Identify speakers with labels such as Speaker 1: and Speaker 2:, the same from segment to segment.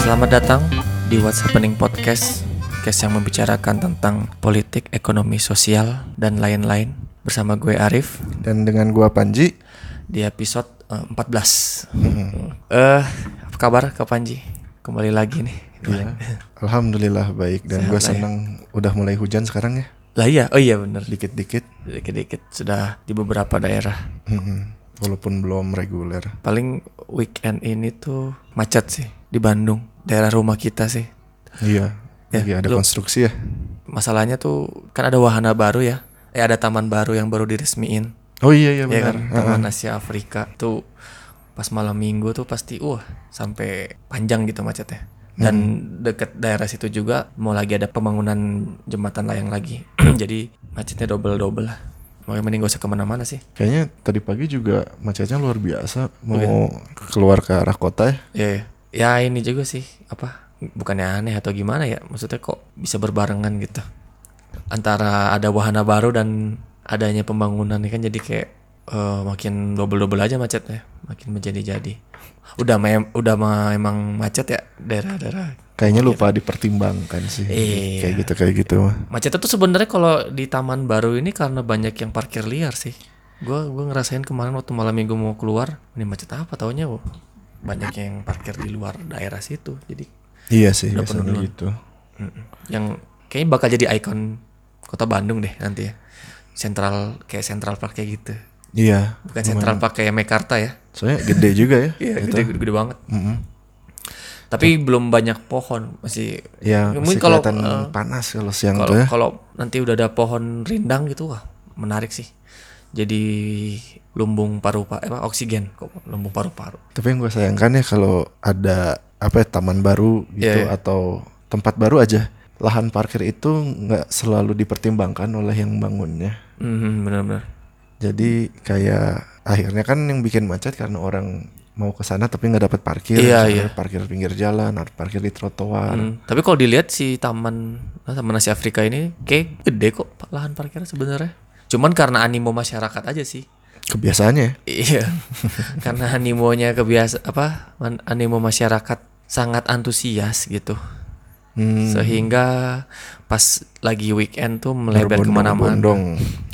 Speaker 1: Selamat datang di What's Happening Podcast Podcast yang membicarakan tentang politik, ekonomi, sosial, dan lain-lain Bersama gue Arif
Speaker 2: Dan dengan gua Panji,
Speaker 1: di episode eh, 14 Eh, Apa kabar Kak Panji? Kembali lagi nih
Speaker 2: Iya. alhamdulillah baik dan gua
Speaker 1: ya.
Speaker 2: seneng udah mulai hujan sekarang ya,
Speaker 1: Lah iya, oh iya bener
Speaker 2: dikit-dikit.
Speaker 1: Dikit-dikit sudah di beberapa daerah
Speaker 2: Mhm. Walaupun belum reguler.
Speaker 1: Paling weekend ini tuh macet sih di Bandung Daerah rumah kita sih
Speaker 2: Iya.
Speaker 1: Ya,
Speaker 2: Iya, ada
Speaker 1: lu-
Speaker 2: konstruksi ya.
Speaker 1: Masalahnya tuh kan ada wahana baru ya Eh ada taman baru yang baru diresmiin
Speaker 2: Oh iya iya
Speaker 1: Iya kan
Speaker 2: benar.
Speaker 1: Taman Asia Afrika tuh pas malam minggu tuh pasti wah sampai panjang gitu macetnya dan
Speaker 2: Hmm.
Speaker 1: deket daerah situ juga mau lagi ada pembangunan jembatan layang lagi jadi macetnya double double lah makanya mending gak usah kemana-mana sih
Speaker 2: Kayaknya tadi pagi juga macetnya luar biasa
Speaker 1: Iya.
Speaker 2: mau keluar ke arah kota ya.
Speaker 1: ya ya ini juga sih apa bukannya aneh atau gimana ya maksudnya kok bisa berbarengan gitu antara ada wahana baru dan adanya pembangunan ini kan jadi kayak eh, makin double double aja macetnya makin menjadi-jadi udah mem udah memang macet ya daerah-daerah
Speaker 2: Kayaknya lupa dipertimbangkan sih.
Speaker 1: Iya.
Speaker 2: Kayak gitu kayak gitu mah.
Speaker 1: macetnya tuh sebenarnya kalau di taman baru ini karena banyak yang parkir liar sih gua gua ngerasain kemarin waktu malam minggu mau keluar ini macet apa taunya wah, banyak yang parkir di luar daerah situ jadi
Speaker 2: Iya sih,
Speaker 1: Udah
Speaker 2: biasanya
Speaker 1: penuh.
Speaker 2: gitu.
Speaker 1: Mm-mm. Yang kayaknya bakal jadi ikon kota Bandung deh nanti ya. Sentral kayak Sentral Park kayak gitu.
Speaker 2: Iya.
Speaker 1: Bukan Sentral Park kayak Mekarta ya.
Speaker 2: Soalnya gede juga ya.
Speaker 1: Iya, gede, gede banget.
Speaker 2: Mhm.
Speaker 1: Tapi belum banyak pohon, masih
Speaker 2: Iya,
Speaker 1: Mungkin
Speaker 2: masih
Speaker 1: kalau,
Speaker 2: kelihatan
Speaker 1: eh,
Speaker 2: panas kalau siang
Speaker 1: kalau
Speaker 2: tuh ya.
Speaker 1: kalau nanti udah ada pohon rindang gitu wah, menarik sih. Jadi lumbung paru-paru eh, apa, oksigen kok lumbung paru-paru.
Speaker 2: Tapi yang gue sayangkan ya kalau ada apa ya, taman baru gitu
Speaker 1: Iya, iya.
Speaker 2: atau tempat baru aja lahan parkir itu nggak selalu dipertimbangkan oleh yang bangunnya.
Speaker 1: Mhm, benar-benar.
Speaker 2: Jadi kayak akhirnya kan yang bikin macet karena orang mau ke sana tapi nggak dapat parkir,
Speaker 1: Iya,
Speaker 2: Misalnya
Speaker 1: iya.
Speaker 2: parkir pinggir jalan, harus parkir di trotoar.
Speaker 1: Mm, Tapi kalau dilihat si taman ah, taman Asia Afrika ini kayak gede kok lahan parkirnya sebenarnya. Cuman karena animo masyarakat aja sih.
Speaker 2: Kebiasaannya ya.
Speaker 1: Iya, karena animonya kebiasa apa man- animo masyarakat sangat antusias gitu,
Speaker 2: Hmm,
Speaker 1: sehingga pas lagi weekend tuh melebar kemana-mana,
Speaker 2: berbondong-bondong.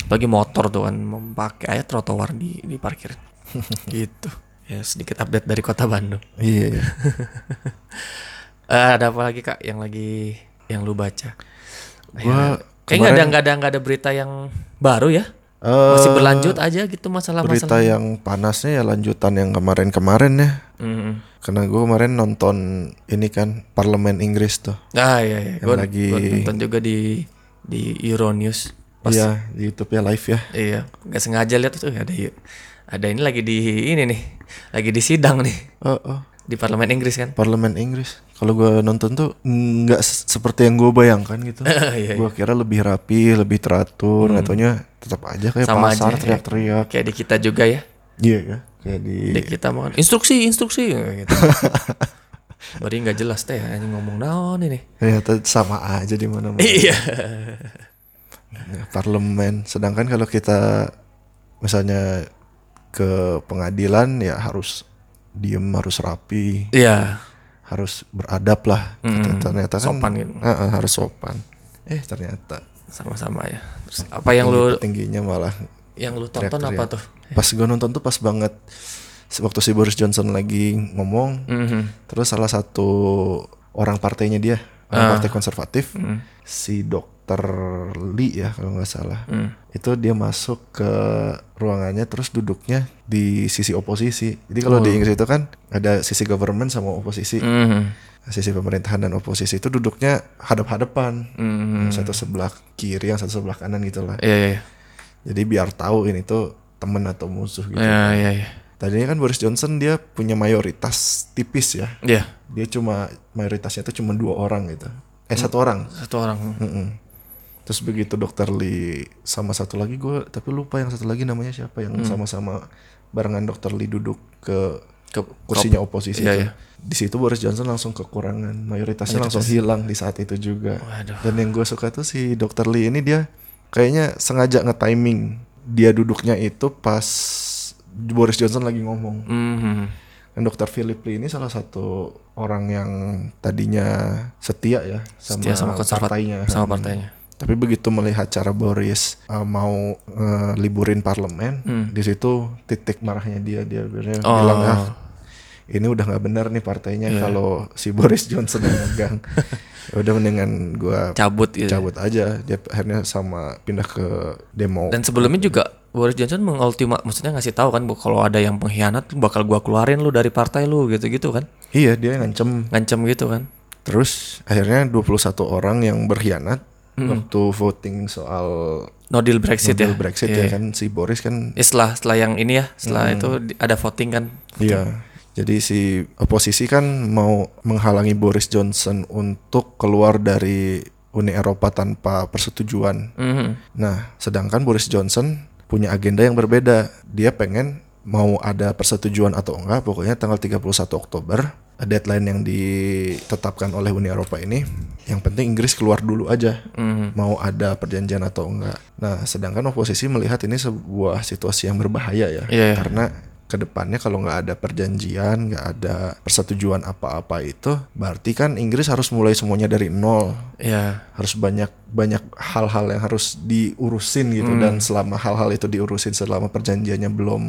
Speaker 1: bagi motor tuh kan memakai aja trotoar di di parkir, gitu. Ya sedikit update dari kota Bandung.
Speaker 2: Iya, iya.
Speaker 1: Eh, ada apa lagi kak yang lagi yang lu baca?
Speaker 2: Gua
Speaker 1: Iya. Kayaknya nggak ada
Speaker 2: kemarin-
Speaker 1: nggak ada nggak ada berita yang baru ya?
Speaker 2: Eh,
Speaker 1: Masih berlanjut aja gitu masalah-masalah.
Speaker 2: berita yang panasnya ya lanjutan yang kemarin-kemarin ya.
Speaker 1: Mm-mm.
Speaker 2: Karena gue kemarin nonton ini kan parlemen Inggris tuh.
Speaker 1: Ah iya iya.
Speaker 2: Yang
Speaker 1: Gue
Speaker 2: lagi-
Speaker 1: nonton juga di di Euronews. Pas,
Speaker 2: Iya di YouTube ya live ya.
Speaker 1: Iya. Gak sengaja lihat tuh ada iya, ada ini lagi di ini nih. Lagi di sidang nih
Speaker 2: Oh, oh.
Speaker 1: di parlemen Inggris kan.
Speaker 2: Parlemen Inggris. Kalau gue nonton tuh nggak se- seperti yang gue bayangkan gitu.
Speaker 1: Iya, iya.
Speaker 2: Gue kira lebih rapi, lebih teratur. Gak taunya tetap aja kayak
Speaker 1: Sama aja,
Speaker 2: pasar
Speaker 1: ya.
Speaker 2: teriak-teriak.
Speaker 1: Kayak di kita juga ya.
Speaker 2: Iya ya. Kayak di
Speaker 1: Di kita makan instruksi instruksi gitu. Bari nggak jelas teh anjing ngomong naon ini.
Speaker 2: ternyata sama aja di mana-mana.
Speaker 1: Iya.
Speaker 2: Ya, Parlemen. Sedangkan kalau kita misalnya ke pengadilan ya harus diem, harus rapi,
Speaker 1: Iya.
Speaker 2: harus beradab lah. Ternyata kan
Speaker 1: Sopan gitu.
Speaker 2: Ah, ah, harus sopan. Eh ternyata
Speaker 1: Sama-sama ya. Terus apa yang lu
Speaker 2: tingginya malah
Speaker 1: yang lu tonton apa tuh?
Speaker 2: pas gue nonton tuh pas banget se- waktu si Boris Johnson lagi ngomong
Speaker 1: Mhm.
Speaker 2: terus salah satu orang partainya dia
Speaker 1: Ah.
Speaker 2: orang partai konservatif
Speaker 1: mhm,
Speaker 2: si dokter Lee ya kalau nggak salah
Speaker 1: Hmm.
Speaker 2: itu dia masuk ke ruangannya terus duduknya di sisi oposisi jadi kalau
Speaker 1: Oh.
Speaker 2: di Inggris itu kan ada sisi government sama oposisi
Speaker 1: Mhm.
Speaker 2: sisi pemerintahan dan oposisi itu duduknya hadap-hadapan
Speaker 1: Mhm.
Speaker 2: yang satu sebelah kiri yang satu sebelah kanan gitu lah
Speaker 1: Iya iya.
Speaker 2: jadi biar tahu ini tuh temen atau musuh gitu
Speaker 1: Iya iya iya.
Speaker 2: tadinya kan Boris Johnson dia punya mayoritas tipis ya
Speaker 1: Iya.
Speaker 2: dia cuma mayoritasnya tuh cuma dua orang gitu
Speaker 1: Hmm.
Speaker 2: eh satu orang
Speaker 1: Satu orang.
Speaker 2: Mm-mm. terus begitu dokter Lee sama satu lagi gue tapi lupa yang satu lagi namanya siapa
Speaker 1: Hmm.
Speaker 2: yang sama-sama barengan dokter Lee duduk ke
Speaker 1: ke
Speaker 2: kursinya oposisi
Speaker 1: Iya,
Speaker 2: itu.
Speaker 1: iya.
Speaker 2: di situ Boris Johnson langsung kekurangan mayoritasnya langsung hilang di saat itu juga
Speaker 1: Waduh.
Speaker 2: dan yang gue suka tuh si dokter Lee ini dia kayaknya sengaja nge-timing dia duduknya itu pas Boris Johnson lagi ngomong
Speaker 1: Mhm.
Speaker 2: Dan Dr. Philip Lee ini salah satu orang yang tadinya setia ya sama,
Speaker 1: Setia sama konservat-
Speaker 2: partainya.
Speaker 1: sama partainya.
Speaker 2: Tapi begitu melihat cara Boris eh, mau eh, liburin parlemen, di situ titik marahnya dia dia akhirnya
Speaker 1: Hmm. Oh. Iya.
Speaker 2: bilang ah ini udah nggak benar nih partainya kalau si Boris Johnson yang megang. Ya udah mendingan gua
Speaker 1: Cabut gitu.
Speaker 2: cabut aja. Dia akhirnya sama pindah ke demo.
Speaker 1: Dan sebelumnya juga Boris Johnson mengultima, maksudnya ngasih tahu kan bu- kalau ada yang pengkhianat lu bakal gua keluarin lu dari partai lu gitu-gitu kan.
Speaker 2: iya, dia yang ngancem.
Speaker 1: Ngancam gitu kan.
Speaker 2: Terus akhirnya 21 orang yang berkhianat waktu voting soal
Speaker 1: No deal Hmm. Brexit ya.
Speaker 2: deal Brexit
Speaker 1: Iya.
Speaker 2: ya kan si Boris kan
Speaker 1: Ya, setelah setelah yang ini ya, setelah
Speaker 2: Hmm.
Speaker 1: itu di- ada voting kan.
Speaker 2: Iya. Jadi si oposisi kan mau menghalangi Boris Johnson untuk keluar dari Uni Eropa tanpa persetujuan.
Speaker 1: Mhm.
Speaker 2: Nah, sedangkan Boris Johnson punya agenda yang berbeda. Dia pengen mau ada persetujuan atau enggak, pokoknya tanggal 31 Oktober, deadline yang ditetapkan oleh Uni Eropa ini, yang penting Inggris keluar dulu aja,
Speaker 1: Mhm.
Speaker 2: mau ada perjanjian atau enggak. Nah, sedangkan oposisi melihat ini sebuah situasi yang berbahaya ya,
Speaker 1: Iya.
Speaker 2: karena kedepannya kalau nggak ada perjanjian, nggak ada persetujuan apa-apa itu, berarti kan Inggris harus mulai semuanya dari nol
Speaker 1: Ya,
Speaker 2: harus banyak banyak hal-hal yang harus diurusin gitu dan selama hal-hal itu diurusin selama perjanjiannya belum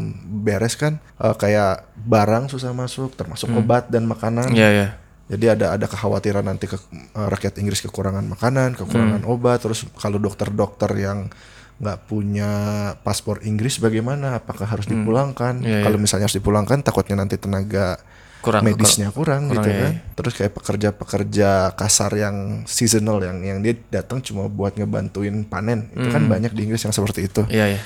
Speaker 2: beres kan eh, kayak barang susah masuk termasuk obat dan makanan
Speaker 1: ya, ya.
Speaker 2: jadi ada ada kekhawatiran nanti ke, eh, rakyat Inggris kekurangan makanan kekurangan obat terus kalau dokter-dokter yang nggak punya paspor Inggris bagaimana apakah harus dipulangkan
Speaker 1: Iya,
Speaker 2: kalau misalnya harus dipulangkan takutnya nanti tenaga
Speaker 1: Kurang
Speaker 2: medisnya kurang,
Speaker 1: kurang,
Speaker 2: gitu
Speaker 1: iya,
Speaker 2: kan. Terus kayak pekerja-pekerja kasar yang seasonal yang yang dia datang cuma buat ngebantuin panen. Itu
Speaker 1: Hmm.
Speaker 2: kan banyak di Inggris yang seperti itu.
Speaker 1: Iya, iya.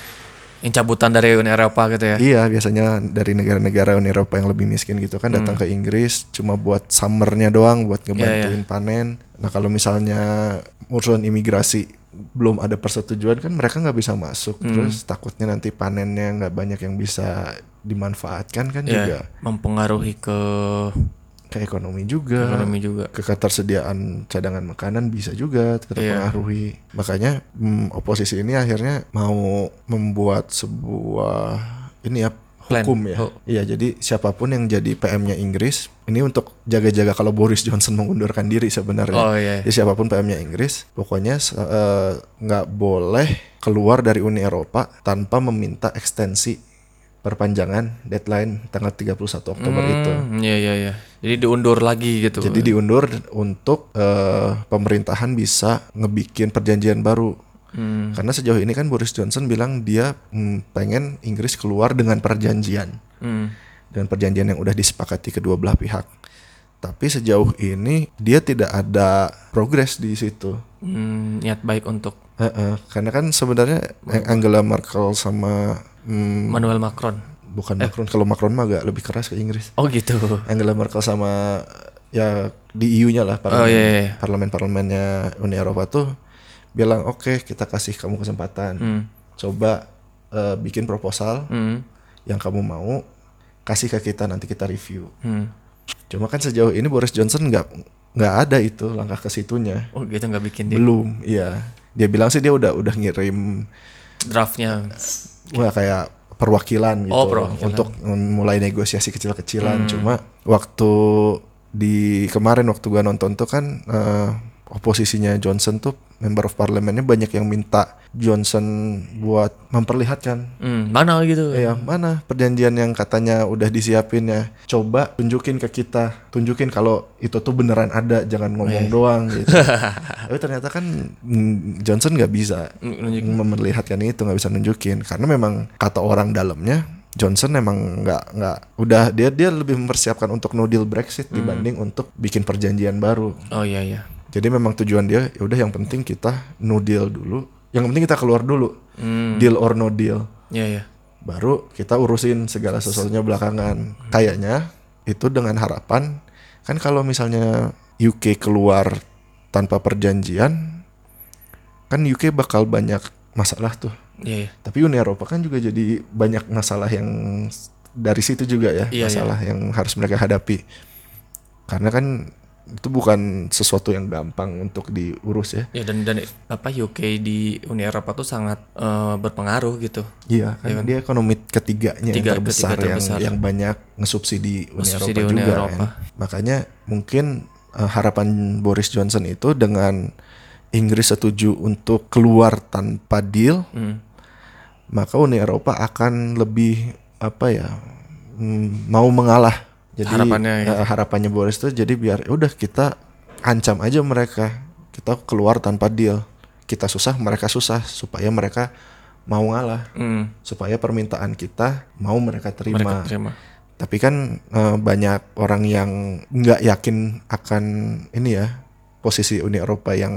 Speaker 1: Yang cabutan dari Uni Eropa gitu ya.
Speaker 2: Iya, biasanya dari negara-negara Uni Eropa yang lebih miskin gitu kan datang
Speaker 1: Hmm.
Speaker 2: ke Inggris cuma buat summernya doang
Speaker 1: Ya,
Speaker 2: buat ngebantuin panen. Nah, kalau misalnya urusan imigrasi belum ada persetujuan kan mereka nggak bisa masuk.
Speaker 1: Hmm.
Speaker 2: Terus takutnya nanti panennya nggak banyak yang bisa dimanfaatkan kan
Speaker 1: Iya.
Speaker 2: juga Hmm.
Speaker 1: Mempengaruhi ke
Speaker 2: ke ekonomi juga.
Speaker 1: ekonomi juga.
Speaker 2: ketersediaan cadangan makanan bisa juga
Speaker 1: Iya.
Speaker 2: terpengaruhi. Makanya mm, oposisi ini akhirnya mau membuat sebuah ini ya
Speaker 1: Plan.
Speaker 2: hukum ya.
Speaker 1: Oh.
Speaker 2: Iya, jadi siapapun yang jadi PM-nya Inggris ini untuk jaga-jaga kalau Boris Johnson mengundurkan diri sebenarnya.
Speaker 1: Oh iya.
Speaker 2: Jadi siapapun PM-nya Inggris, pokoknya se- eh, nggak boleh keluar dari Uni Eropa tanpa meminta ekstensi perpanjangan deadline tanggal 31 Oktober itu.
Speaker 1: Hmm, Iya, iya, iya. Jadi diundur lagi gitu.
Speaker 2: Jadi diundur untuk eh, pemerintahan bisa ngebikin perjanjian baru.
Speaker 1: Hmm.
Speaker 2: Karena sejauh ini kan Boris Johnson bilang dia mm, pengen Inggris keluar dengan perjanjian,
Speaker 1: Hmm.
Speaker 2: dengan perjanjian yang udah disepakati kedua belah pihak. Tapi sejauh ini dia tidak ada progres di situ.
Speaker 1: Hmm, niat baik untuk
Speaker 2: Heeh, karena kan sebenarnya Angela Merkel sama mm,
Speaker 1: Manuel Macron.
Speaker 2: bukan Macron, kalau Macron mah agak lebih keras ke Inggris.
Speaker 1: Oh gitu.
Speaker 2: Angela Merkel sama ya di EU-nya lah
Speaker 1: Oh iya, iya.
Speaker 2: parlemen-parlemennya Uni Eropa tuh bilang oke kita kasih kamu kesempatan
Speaker 1: Hmm.
Speaker 2: coba eh, bikin proposal
Speaker 1: Hmm.
Speaker 2: yang kamu mau kasih ke kita nanti kita review
Speaker 1: Hmm.
Speaker 2: cuma kan sejauh ini Boris Johnson nggak nggak ada itu langkah ke situnya
Speaker 1: Oh gitu nggak bikin dia
Speaker 2: belum iya dia bilang sih dia udah udah ngirim
Speaker 1: draftnya.
Speaker 2: wah kayak perwakilan gitu
Speaker 1: Oh, perwakilan. Hmm.
Speaker 2: untuk mulai negosiasi kecil-kecilan cuma waktu di kemarin waktu gua nonton tuh kan eh, oposisinya Johnson tuh member of parlemennya banyak yang minta Johnson buat memperlihatkan
Speaker 1: Hmm. Mana gitu.
Speaker 2: ya mana perjanjian yang katanya udah disiapin ya coba tunjukin ke kita tunjukin kalau itu tuh beneran ada jangan
Speaker 1: Iya,
Speaker 2: ngomong doang gitu tapi ternyata kan mm, Johnson nggak bisa
Speaker 1: Hmm, nunjuk-
Speaker 2: memperlihatkan itu nggak bisa nunjukin karena memang kata orang dalamnya Johnson emang nggak nggak udah dia dia lebih mempersiapkan untuk no deal Brexit dibanding untuk bikin perjanjian baru.
Speaker 1: Oh iya iya.
Speaker 2: Jadi memang tujuan dia ya udah yang penting kita no deal dulu. Yang penting kita keluar dulu. Deal or no deal.
Speaker 1: Iya iya.
Speaker 2: Baru kita urusin segala sesuatunya belakangan. Kayaknya itu dengan harapan kan kalau misalnya UK keluar tanpa perjanjian kan UK bakal banyak masalah tuh.
Speaker 1: Iya iya.
Speaker 2: Tapi Uni Eropa kan juga jadi banyak masalah yang s- dari situ juga ya,
Speaker 1: Iya,
Speaker 2: masalah yang harus mereka hadapi. Karena kan itu bukan sesuatu yang gampang untuk diurus ya.
Speaker 1: Ya dan dan apa UK di Uni Eropa tuh sangat eh, berpengaruh gitu.
Speaker 2: Iya, kan dia ekonomi ketiganya
Speaker 1: Tiga-
Speaker 2: yang terbesar,
Speaker 1: ketiga
Speaker 2: yang
Speaker 1: terbesar.
Speaker 2: yang banyak ngesubsidi Uni
Speaker 1: Ngesubsidi
Speaker 2: Eropa
Speaker 1: Uni
Speaker 2: juga
Speaker 1: Eropa.
Speaker 2: kan. Makanya mungkin eh, harapan Boris Johnson itu dengan Inggris setuju untuk keluar tanpa deal,
Speaker 1: Hmm.
Speaker 2: maka Uni Eropa akan lebih apa ya mm, mau mengalah. Jadi
Speaker 1: Harapannya, ya.
Speaker 2: eh, harapannya Boris tuh jadi biar ya udah kita ancam aja mereka, kita keluar tanpa deal, kita susah mereka susah supaya mereka mau ngalah
Speaker 1: Hmm.
Speaker 2: supaya permintaan kita mau mereka terima.
Speaker 1: Mereka terima.
Speaker 2: Tapi kan eh, banyak orang yang nggak yakin akan ini ya posisi Uni Eropa yang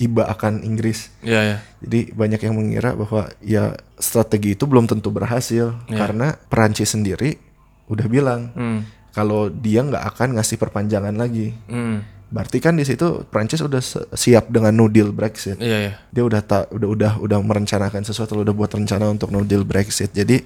Speaker 2: iba akan Inggris.
Speaker 1: Ya ya.
Speaker 2: Jadi banyak yang mengira bahwa ya strategi itu belum tentu berhasil karena Perancis sendiri udah bilang
Speaker 1: Hmm.
Speaker 2: kalau dia nggak akan ngasih perpanjangan lagi.
Speaker 1: Hmm.
Speaker 2: Berarti kan di situ Perancis udah se- siap dengan no deal Brexit.
Speaker 1: Iya ya.
Speaker 2: Dia udah tak udah udah udah merencanakan sesuatu, udah buat rencana untuk no deal Brexit. Jadi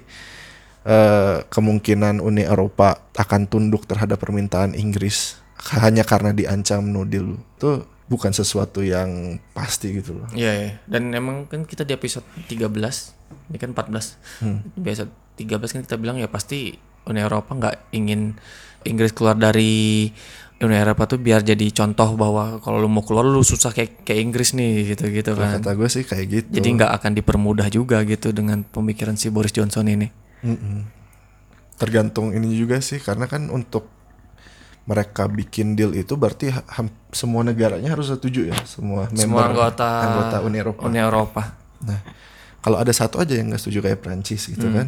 Speaker 2: eh, kemungkinan Uni Eropa akan tunduk terhadap permintaan Inggris hanya karena diancam no deal itu bukan sesuatu yang pasti gitu loh.
Speaker 1: Iya ya. Dan emang kan kita di episode 13 ini kan 14. Biasa 13 kan kita bilang ya pasti Uni Eropa nggak ingin Inggris keluar dari Uni Eropa tuh biar jadi contoh bahwa kalau lu mau keluar lu susah kayak kayak Inggris nih gitu-gitu kan.
Speaker 2: Kalau Kata gue sih kayak gitu.
Speaker 1: Jadi nggak akan dipermudah juga gitu dengan pemikiran si Boris Johnson ini.
Speaker 2: Mm-mm. Tergantung ini juga sih karena kan untuk mereka bikin deal itu berarti ha- ham- semua negaranya harus setuju ya semua member
Speaker 1: Semua anggota
Speaker 2: anggota Uni Eropa.
Speaker 1: Uni Eropa.
Speaker 2: Nah, kalau ada satu aja yang nggak setuju kayak Prancis
Speaker 1: Hmm.
Speaker 2: gitu kan,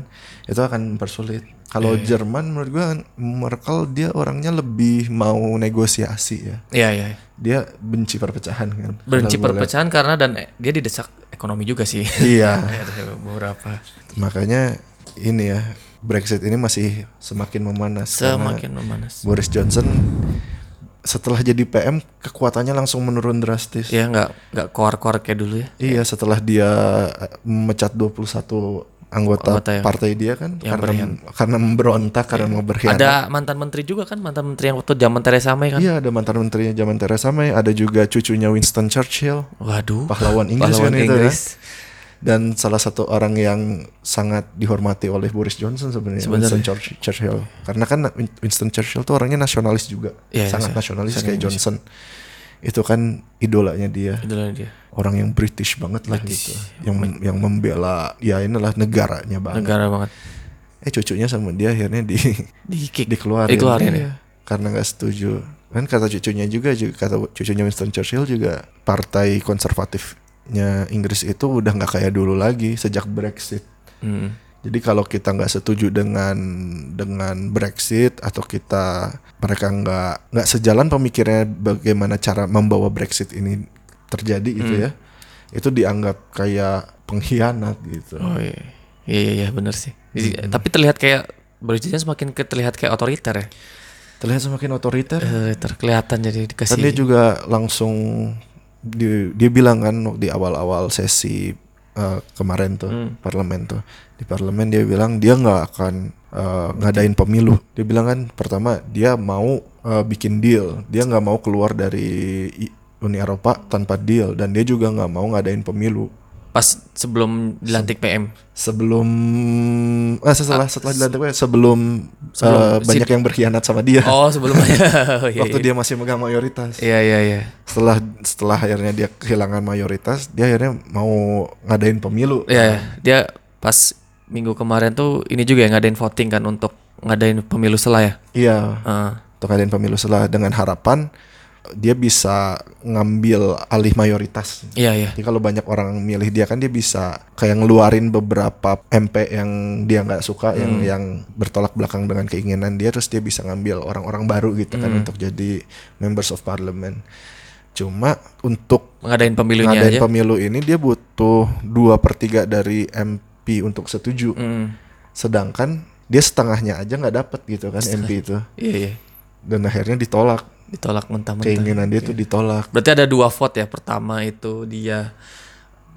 Speaker 2: itu akan mempersulit. Kalau
Speaker 1: Iya,
Speaker 2: Jerman menurut gua Merkel dia orangnya lebih mau negosiasi ya.
Speaker 1: Iya iya. iya.
Speaker 2: Dia benci perpecahan kan.
Speaker 1: Benci
Speaker 2: Kalau gua lihat.
Speaker 1: perpecahan karena dan eh, dia didesak ekonomi juga sih.
Speaker 2: Iya.
Speaker 1: Ada beberapa
Speaker 2: Makanya ini ya Brexit ini masih semakin memanas. karena-
Speaker 1: semakin memanas.
Speaker 2: Boris Johnson setelah jadi PM kekuatannya langsung menurun drastis.
Speaker 1: Ya nggak nggak koar-koar kayak dulu ya.
Speaker 2: Iya, setelah dia eh, memecat 21 anggota
Speaker 1: Anggota yang-
Speaker 2: partai dia
Speaker 1: yang
Speaker 2: kan
Speaker 1: Iya.
Speaker 2: karena karena memberontak karena mau berkhianat.
Speaker 1: Ada mantan menteri juga kan mantan menteri yang waktu zaman Theresa May kan.
Speaker 2: Iya, ada mantan menterinya zaman Theresa May, ada juga cucunya Winston Churchill,
Speaker 1: Waduh.
Speaker 2: pahlawan Inggris
Speaker 1: Pahlawan
Speaker 2: kan itu ya.
Speaker 1: Inggris.
Speaker 2: Dan salah satu orang yang sangat dihormati oleh Boris Johnson sebenarnya
Speaker 1: Sebenarnya.
Speaker 2: Winston Church- Churchill. Karena kan Win- Winston Churchill tuh orangnya nasionalis juga,
Speaker 1: Iya,
Speaker 2: sangat
Speaker 1: iya,
Speaker 2: nasionalis kayak Johnson. Itu kan idolanya dia.
Speaker 1: Itulah dia.
Speaker 2: orang yang British banget lah gitu yang yang membela ya inilah negaranya banget
Speaker 1: Negara banget.
Speaker 2: eh cucunya sama dia akhirnya di
Speaker 1: Di kick.
Speaker 2: dikeluarin,
Speaker 1: Dikeluarin
Speaker 2: Iya, karena nggak setuju kan kata cucunya juga juga- kata cucunya Winston Churchill juga partai konservatifnya Inggris itu udah nggak kayak dulu lagi sejak Brexit
Speaker 1: Hmm.
Speaker 2: jadi kalau kita nggak setuju dengan dengan Brexit atau kita mereka nggak nggak sejalan pemikirannya bagaimana cara membawa Brexit ini terjadi gitu ya, itu dianggap kayak pengkhianat gitu.
Speaker 1: Oh iya. Iya iya, iya benar sih. Jadi, Tapi terlihat kayak Boris Johnson semakin ke- terlihat kayak otoriter ya.
Speaker 2: Terlihat semakin otoriter.
Speaker 1: Otoriter kelihatan Eh, jadi dikasih.
Speaker 2: Dan dia juga langsung di- dia bilang kan di awal-awal sesi eh, kemarin tuh
Speaker 1: Hmm.
Speaker 2: parlemen tuh di parlemen dia bilang dia nggak akan eh, ngadain pemilu. Dia bilang kan pertama dia mau eh, bikin deal, dia nggak mau keluar dari I- Uni Eropa tanpa deal dan dia juga nggak mau ngadain pemilu
Speaker 1: pas sebelum dilantik PM.
Speaker 2: sebelum eh setelah setelah dilantik sebelum, eh,
Speaker 1: Sebelum si-
Speaker 2: banyak yang berkhianat sama dia
Speaker 1: Oh sebelumnya. Oh, iya,
Speaker 2: waktu dia masih megang mayoritas.
Speaker 1: Iya iya iya.
Speaker 2: setelah setelah akhirnya dia kehilangan mayoritas dia akhirnya mau ngadain pemilu
Speaker 1: Iya iya. dia pas minggu kemarin tuh ini juga yang ngadain voting kan untuk ngadain pemilu selah ya.
Speaker 2: iya
Speaker 1: Heeh.
Speaker 2: untuk ngadain pemilu setelah dengan harapan dia bisa ngambil alih mayoritas
Speaker 1: iya iya.
Speaker 2: jadi kalau banyak orang milih dia kan dia bisa kayak ngeluarin beberapa MP yang dia nggak suka yang yang bertolak belakang dengan keinginan dia terus dia bisa ngambil orang-orang baru gitu kan untuk jadi members of parliament cuma untuk
Speaker 1: Ngadain pemilunya
Speaker 2: ngadain
Speaker 1: aja.
Speaker 2: Nah, pemilu ini dia butuh 2 per 3 dari MP untuk setuju.
Speaker 1: Hmm.
Speaker 2: Sedangkan dia setengahnya aja nggak dapet gitu kan MP itu.
Speaker 1: Iya iya.
Speaker 2: Dan akhirnya ditolak.
Speaker 1: Ditolak mentah-mentah.
Speaker 2: Keinginan dia
Speaker 1: Iya.
Speaker 2: tuh ditolak.
Speaker 1: Berarti ada dua vote ya. Pertama itu dia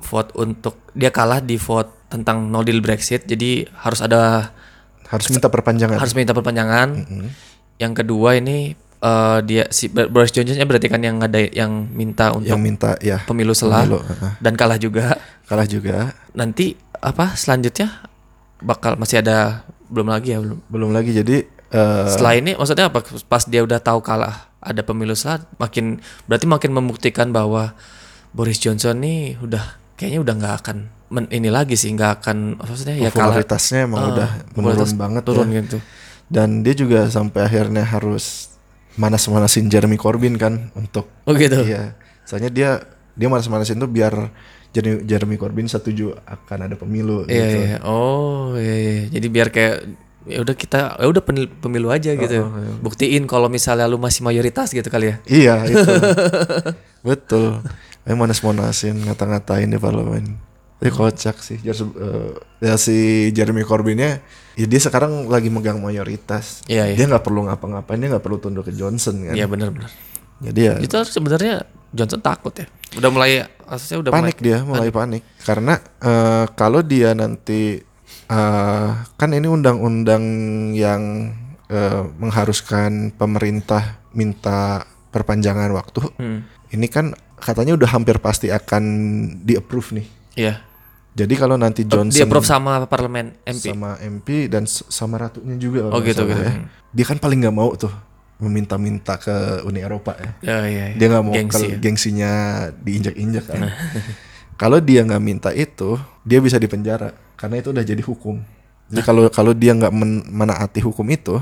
Speaker 1: vote untuk dia kalah di vote tentang no deal Brexit. Jadi harus ada
Speaker 2: Harus minta perpanjangan. Mm-hmm.
Speaker 1: harus minta perpanjangan. Yang kedua ini eh, dia si Ber- Boris Johnsonnya berarti kan yang ada yang minta untuk
Speaker 2: yang minta ya
Speaker 1: pemilu selah
Speaker 2: pemilu, heeh.
Speaker 1: dan kalah juga.
Speaker 2: kalah juga
Speaker 1: Nanti apa selanjutnya bakal masih ada belum lagi ya belum.
Speaker 2: belum lagi jadi eh,
Speaker 1: Setelah ini maksudnya apa? Pas dia udah tahu kalah ada pemilu selah makin berarti makin membuktikan bahwa Boris Johnson nih udah kayaknya udah nggak akan men- ini lagi sih nggak akan maksudnya ya kalah
Speaker 2: popularitasnya emang
Speaker 1: Ah,
Speaker 2: udah menurun
Speaker 1: popularitas
Speaker 2: banget ya.
Speaker 1: turun gitu.
Speaker 2: dan dia juga sampai akhirnya harus manas-manasin Jeremy Corbyn kan untuk
Speaker 1: Oh gitu.
Speaker 2: iya soalnya dia dia manas-manasin tuh biar Jer- Jeremy Corbyn setuju akan ada pemilu
Speaker 1: Iya
Speaker 2: gitu.
Speaker 1: iya. Oh iya iya. Jadi biar kayak ya udah kita ya udah penil- pemilu
Speaker 2: Oh,
Speaker 1: aja gitu. Buktiin kalau misalnya lu masih mayoritas gitu kali ya.
Speaker 2: Iya itu betul. Eh manas-manasin ngata-ngatain di parlemen. Tapi kocak sih. Ya, se- eh, ya si Jeremy Corbynnya, ya dia sekarang lagi megang mayoritas.
Speaker 1: Iya, iya.
Speaker 2: Dia nggak perlu ngapa-ngapain, dia nggak perlu tunduk ke Johnson kan.
Speaker 1: Iya benar benar.
Speaker 2: Jadi ya
Speaker 1: Itu harus sebenarnya Johnson takut ya. Udah mulai asasnya udah
Speaker 2: panik
Speaker 1: mulai
Speaker 2: dia, mulai panik. Karena eh, kalau dia nanti eh, kan ini undang-undang yang eh, mengharuskan pemerintah minta perpanjangan waktu.
Speaker 1: Hmm.
Speaker 2: ini kan katanya udah hampir pasti akan di approve nih.
Speaker 1: Iya.
Speaker 2: Jadi kalau
Speaker 1: Oh,
Speaker 2: nanti Johnson
Speaker 1: Dia approve sama parlemen MP.
Speaker 2: sama MP dan s- sama ratunya juga kalau
Speaker 1: Oh,
Speaker 2: nggak
Speaker 1: gitu,
Speaker 2: salah
Speaker 1: gitu.
Speaker 2: ya. Dia kan paling nggak mau tuh meminta-minta ke Uni Eropa ya.
Speaker 1: Iya iya. iya.
Speaker 2: Dia nggak mau
Speaker 1: Gengsi
Speaker 2: kalau
Speaker 1: ya.
Speaker 2: gengsinya diinjak-injak kan. kalau dia nggak minta itu, dia bisa dipenjara karena itu udah jadi hukum. Jadi
Speaker 1: Nah.
Speaker 2: kalau kalau dia nggak men- menaati hukum itu,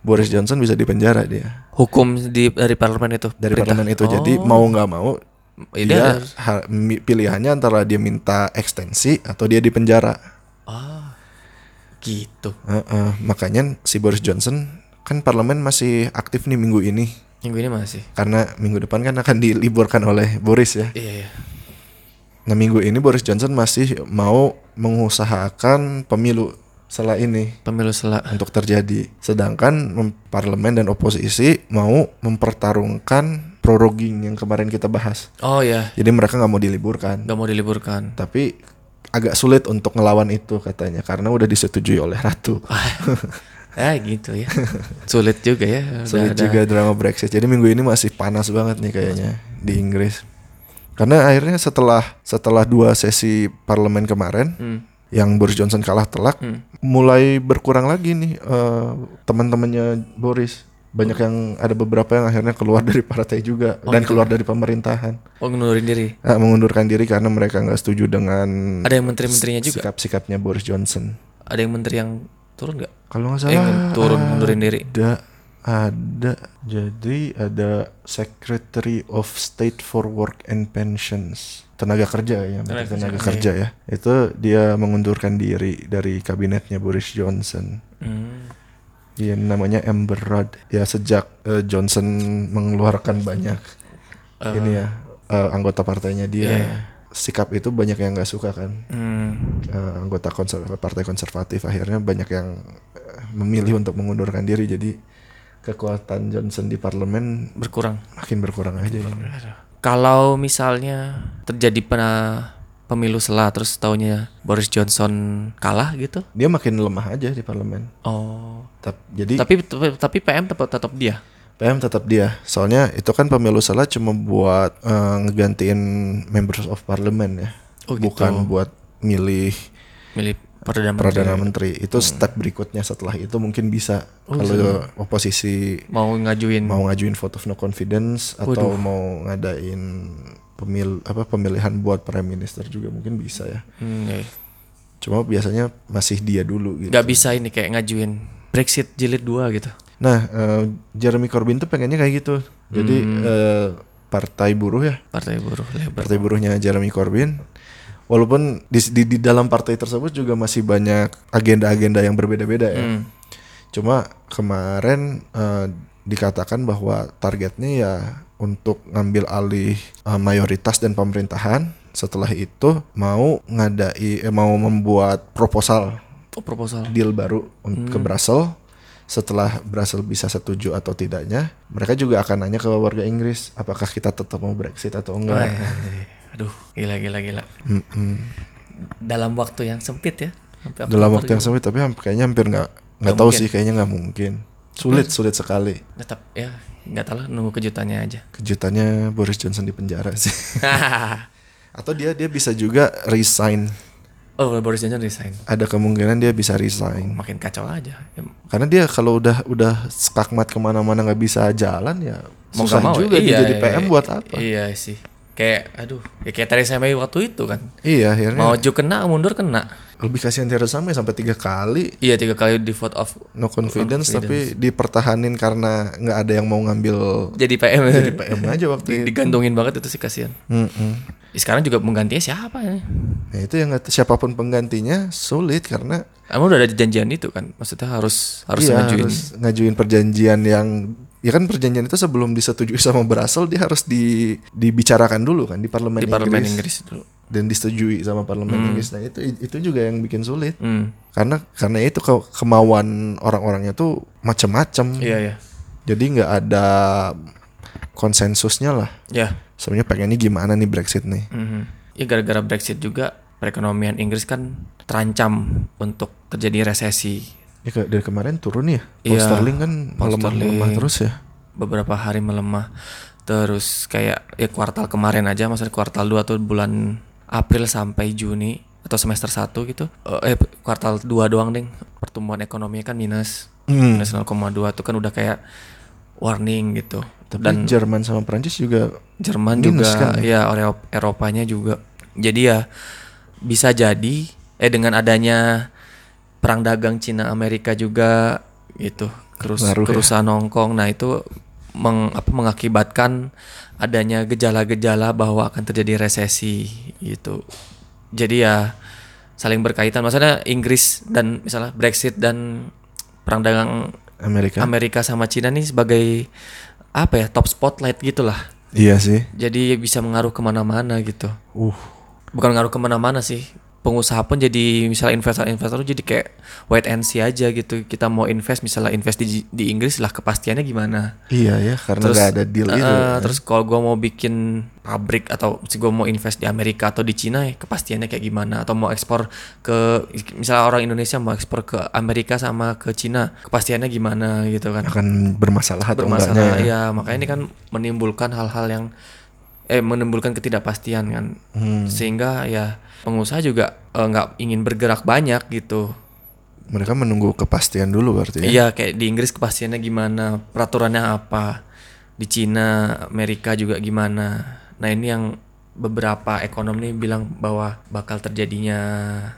Speaker 2: Boris Johnson bisa dipenjara dia
Speaker 1: Hukum di dari parlemen itu.
Speaker 2: dari
Speaker 1: perintah.
Speaker 2: parlemen itu. Jadi
Speaker 1: Oh.
Speaker 2: mau nggak mau
Speaker 1: Iya, dia
Speaker 2: dia
Speaker 1: harus-
Speaker 2: ha- mi- pilihannya antara dia minta ekstensi atau dia di penjara.
Speaker 1: Ah. Gitu.
Speaker 2: Heeh, makanya si Boris Johnson kan parlemen masih aktif nih minggu ini
Speaker 1: Minggu ini masih.
Speaker 2: karena minggu depan kan akan diliburkan oleh Boris ya.
Speaker 1: Iya iya.
Speaker 2: Nah minggu ini Boris Johnson masih mau mengusahakan pemilu setelah ini
Speaker 1: Pemilu selak.
Speaker 2: untuk terjadi. Sedangkan mem- parlemen dan oposisi mau mempertarungkan prorogging yang kemarin kita bahas.
Speaker 1: Oh iya.
Speaker 2: Jadi mereka nggak mau diliburkan.
Speaker 1: Gak mau diliburkan.
Speaker 2: tapi agak sulit untuk ngelawan itu katanya karena udah disetujui oleh ratu.
Speaker 1: Ah gitu ya. Sulit juga ya. Udah
Speaker 2: Sulit
Speaker 1: ada-
Speaker 2: juga drama Brexit. Jadi minggu ini masih panas banget nih kayaknya di Inggris. Karena akhirnya setelah setelah dua sesi parlemen kemarin
Speaker 1: Hmm.
Speaker 2: yang Boris Johnson kalah telak,
Speaker 1: Hmm.
Speaker 2: mulai berkurang lagi nih eh, teman-temannya Boris. Banyak yang ada beberapa yang akhirnya keluar dari partai juga dan
Speaker 1: gitu.
Speaker 2: keluar dari pemerintahan.
Speaker 1: Oh ngundurin diri.
Speaker 2: Eh, mengundurkan diri karena mereka nggak setuju dengan
Speaker 1: Ada yang menteri-menterinya juga.
Speaker 2: sikap-sikapnya Boris Johnson.
Speaker 1: Ada yang menteri yang turun nggak?
Speaker 2: Kalau nggak
Speaker 1: Eh,
Speaker 2: salah
Speaker 1: ngun- turun ngundurin diri.
Speaker 2: ada ada jadi ada Secretary of State for Work and Pensions tenaga kerja ya Menteri
Speaker 1: Tenaga
Speaker 2: tenaga
Speaker 1: kerja,
Speaker 2: kerja ya itu dia mengundurkan diri dari kabinetnya Boris Johnson
Speaker 1: Hmm.
Speaker 2: dia namanya Amber Rudd ya sejak eh, Johnson mengeluarkan banyak
Speaker 1: Eh.
Speaker 2: ini ya eh, anggota partainya dia
Speaker 1: Iya.
Speaker 2: sikap itu banyak yang nggak suka kan
Speaker 1: Hmm.
Speaker 2: eh, anggota konser- partai konservatif akhirnya banyak yang eh, memilih untuk mengundurkan diri jadi kekuatan Johnson di parlemen
Speaker 1: Berkurang.
Speaker 2: makin berkurang aja ini.
Speaker 1: Kalau misalnya terjadi pernah pemilu selah terus taunya Boris Johnson kalah gitu.
Speaker 2: dia makin lemah aja di parlemen
Speaker 1: Oh.
Speaker 2: Tap- jadi
Speaker 1: Tapi tapi PM tetap tetap dia.
Speaker 2: PM tetap dia soalnya itu kan pemilu salah cuma buat eh, ngegantiin members of parliament ya
Speaker 1: Oh, gitu.
Speaker 2: bukan buat milih
Speaker 1: Milih perdana menteri.
Speaker 2: perdana menteri itu step berikutnya setelah itu mungkin bisa kalau oposisi
Speaker 1: Mau ngajuin.
Speaker 2: mau ngajuin vote of no confidence atau mau ngadain pemil apa pemilihan buat prime minister juga mungkin bisa ya.
Speaker 1: Hmm, iya, iya.
Speaker 2: Cuma biasanya masih dia dulu gitu.
Speaker 1: Nggak bisa ini kayak ngajuin Brexit jilid 2 gitu.
Speaker 2: Nah, eh, Jeremy Corbyn tuh pengennya kayak gitu. Jadi eh, partai buruh ya,
Speaker 1: Partai Buruh Labour.
Speaker 2: partai buruhnya Jeremy Corbyn. Walaupun di, di di dalam partai tersebut juga masih banyak agenda-agenda yang berbeda-beda ya.
Speaker 1: Hmm.
Speaker 2: Cuma kemarin eh, dikatakan bahwa targetnya ya untuk ngambil alih eh, mayoritas dan pemerintahan. Setelah itu mau ngadai eh, mau membuat proposal
Speaker 1: Oh, proposal.
Speaker 2: deal baru un- ke Brussels. Setelah Brussels bisa setuju atau tidaknya, mereka juga akan nanya ke warga Inggris apakah kita tetap mau Brexit atau
Speaker 1: Wah,
Speaker 2: enggak.
Speaker 1: Aduh, gila gila gila.
Speaker 2: Mm-mm.
Speaker 1: Dalam waktu yang sempit ya. Sampai
Speaker 2: Dalam
Speaker 1: Oktober
Speaker 2: waktu yang
Speaker 1: gitu.
Speaker 2: sempit tapi hamp- kayaknya hampir nggak nggak tahu sih kayaknya nggak mungkin. Sulit, sulit sekali.
Speaker 1: tetap ya nggak tahu lah nunggu kejutannya aja
Speaker 2: Kejutannya Boris Johnson di penjara sih. Atau dia dia bisa juga resign.
Speaker 1: oh Boris Johnson resign
Speaker 2: Ada kemungkinan dia bisa resign.
Speaker 1: makin kacau aja Ya,
Speaker 2: Karena dia kalau udah udah skakmat kemana-mana nggak bisa jalan ya
Speaker 1: mau
Speaker 2: susah
Speaker 1: nggak mau
Speaker 2: juga dia
Speaker 1: iya,
Speaker 2: jadi
Speaker 1: iya,
Speaker 2: PM
Speaker 1: iya.
Speaker 2: buat apa?
Speaker 1: iya sih kayak aduh ya kayak Theresa May waktu itu kan
Speaker 2: Iya akhirnya
Speaker 1: maju kena mundur kena
Speaker 2: lebih kasihan Theresa May sampai tiga kali
Speaker 1: iya tiga kali di vote off
Speaker 2: no confidence, tapi dipertahanin karena nggak ada yang mau ngambil
Speaker 1: jadi PM
Speaker 2: jadi PM aja waktu itu.
Speaker 1: digantungin banget itu sih kasihan
Speaker 2: Mm-mm.
Speaker 1: Ya, sekarang juga menggantinya siapa ya
Speaker 2: Nah itu yang nggak- siapapun penggantinya sulit karena
Speaker 1: Emang udah ada janjian itu kan maksudnya harus harus
Speaker 2: iya,
Speaker 1: ngajuin
Speaker 2: harus ngajuin perjanjian yang ya kan perjanjian itu sebelum disetujui sama Brasil dia harus di dibicarakan dulu kan di parlemen,
Speaker 1: di parlemen
Speaker 2: Inggris,
Speaker 1: Inggris, Hmm. dulu
Speaker 2: dan disetujui sama parlemen Inggris. Nah itu itu juga yang bikin sulit
Speaker 1: hmm.
Speaker 2: karena karena itu ke- kemauan orang-orangnya tuh macem-macem.
Speaker 1: iya ya
Speaker 2: Jadi nggak ada konsensusnya lah.
Speaker 1: ya
Speaker 2: Sebenarnya pengennya gimana nih Brexit nih?
Speaker 1: Mhm. ya gara-gara Brexit juga perekonomian Inggris kan terancam untuk terjadi resesi
Speaker 2: Ya, ke- dari kemarin turun ya. Pound
Speaker 1: Iya,
Speaker 2: sterling kan
Speaker 1: pound
Speaker 2: melemah-melemah
Speaker 1: sterling.
Speaker 2: terus ya.
Speaker 1: beberapa hari melemah terus kayak ya kuartal kemarin aja maksudnya kuartal 2 atau bulan April sampai Juni atau semester 1 gitu eh kuartal 2 doang deh pertumbuhan ekonominya kan minus
Speaker 2: Hmm.
Speaker 1: minus 0,2 itu kan udah kayak warning gitu
Speaker 2: Tapi
Speaker 1: dan
Speaker 2: Jerman sama Prancis juga
Speaker 1: Jerman
Speaker 2: Minus
Speaker 1: juga
Speaker 2: kan
Speaker 1: ya Euro- Eropanya juga jadi ya bisa jadi eh dengan adanya perang dagang Cina Amerika juga itu kerus
Speaker 2: Ngaruh ya.
Speaker 1: kerusuhan Hong Kong nah itu meng- apa, mengakibatkan adanya gejala-gejala bahwa akan terjadi resesi gitu jadi ya saling berkaitan maksudnya Inggris dan misalnya Brexit dan perang dagang
Speaker 2: Amerika.
Speaker 1: Amerika sama Cina nih sebagai apa ya top spotlight gitulah
Speaker 2: iya sih.
Speaker 1: jadi bisa mengaruh kemana-mana gitu
Speaker 2: Uh,
Speaker 1: bukan ngaruh kemana-mana sih pengusaha pun jadi misalnya investor-investor tuh jadi kayak wait and see aja gitu kita mau invest misalnya invest di, di Inggris lah kepastiannya gimana
Speaker 2: iya ya karena nggak ada deal
Speaker 1: eh,
Speaker 2: gitu ya. itu.
Speaker 1: eh, terus kalau gua mau bikin pabrik atau si gua mau invest di Amerika atau di Cina ya kepastiannya kayak gimana atau mau ekspor ke misalnya orang Indonesia mau ekspor ke Amerika sama ke Cina kepastiannya gimana gitu kan
Speaker 2: akan bermasalah atau
Speaker 1: bermasalah
Speaker 2: enggaknya ya.
Speaker 1: ya makanya ini kan menimbulkan hal-hal yang eh menimbulkan ketidakpastian kan
Speaker 2: Hmm,
Speaker 1: sehingga ya pengusaha juga eh, nggak ingin bergerak banyak gitu
Speaker 2: Mereka menunggu kepastian dulu berarti. ya.
Speaker 1: iya kayak di Inggris kepastiannya gimana peraturannya apa di Cina Amerika juga gimana nah ini yang beberapa ekonom nih bilang bahwa bakal terjadinya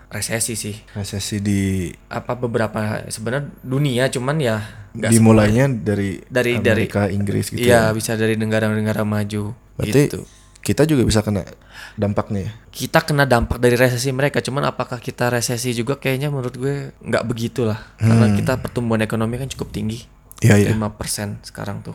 Speaker 1: resesi sih
Speaker 2: Resesi di
Speaker 1: apa beberapa sebenarnya dunia cuman ya nggak
Speaker 2: dimulainya dari
Speaker 1: Dari- dari-
Speaker 2: Amerika Inggris gitu.
Speaker 1: iya bisa dari negara-negara maju
Speaker 2: Berarti
Speaker 1: gitu. Iya,
Speaker 2: kita juga bisa kena dampaknya. ya?
Speaker 1: kita kena dampak dari resesi mereka cuman apakah kita resesi juga kayaknya menurut gue nggak begitulah karena kita pertumbuhan ekonomi kan cukup tinggi
Speaker 2: Iya Hmm. iya.
Speaker 1: 5% sekarang tuh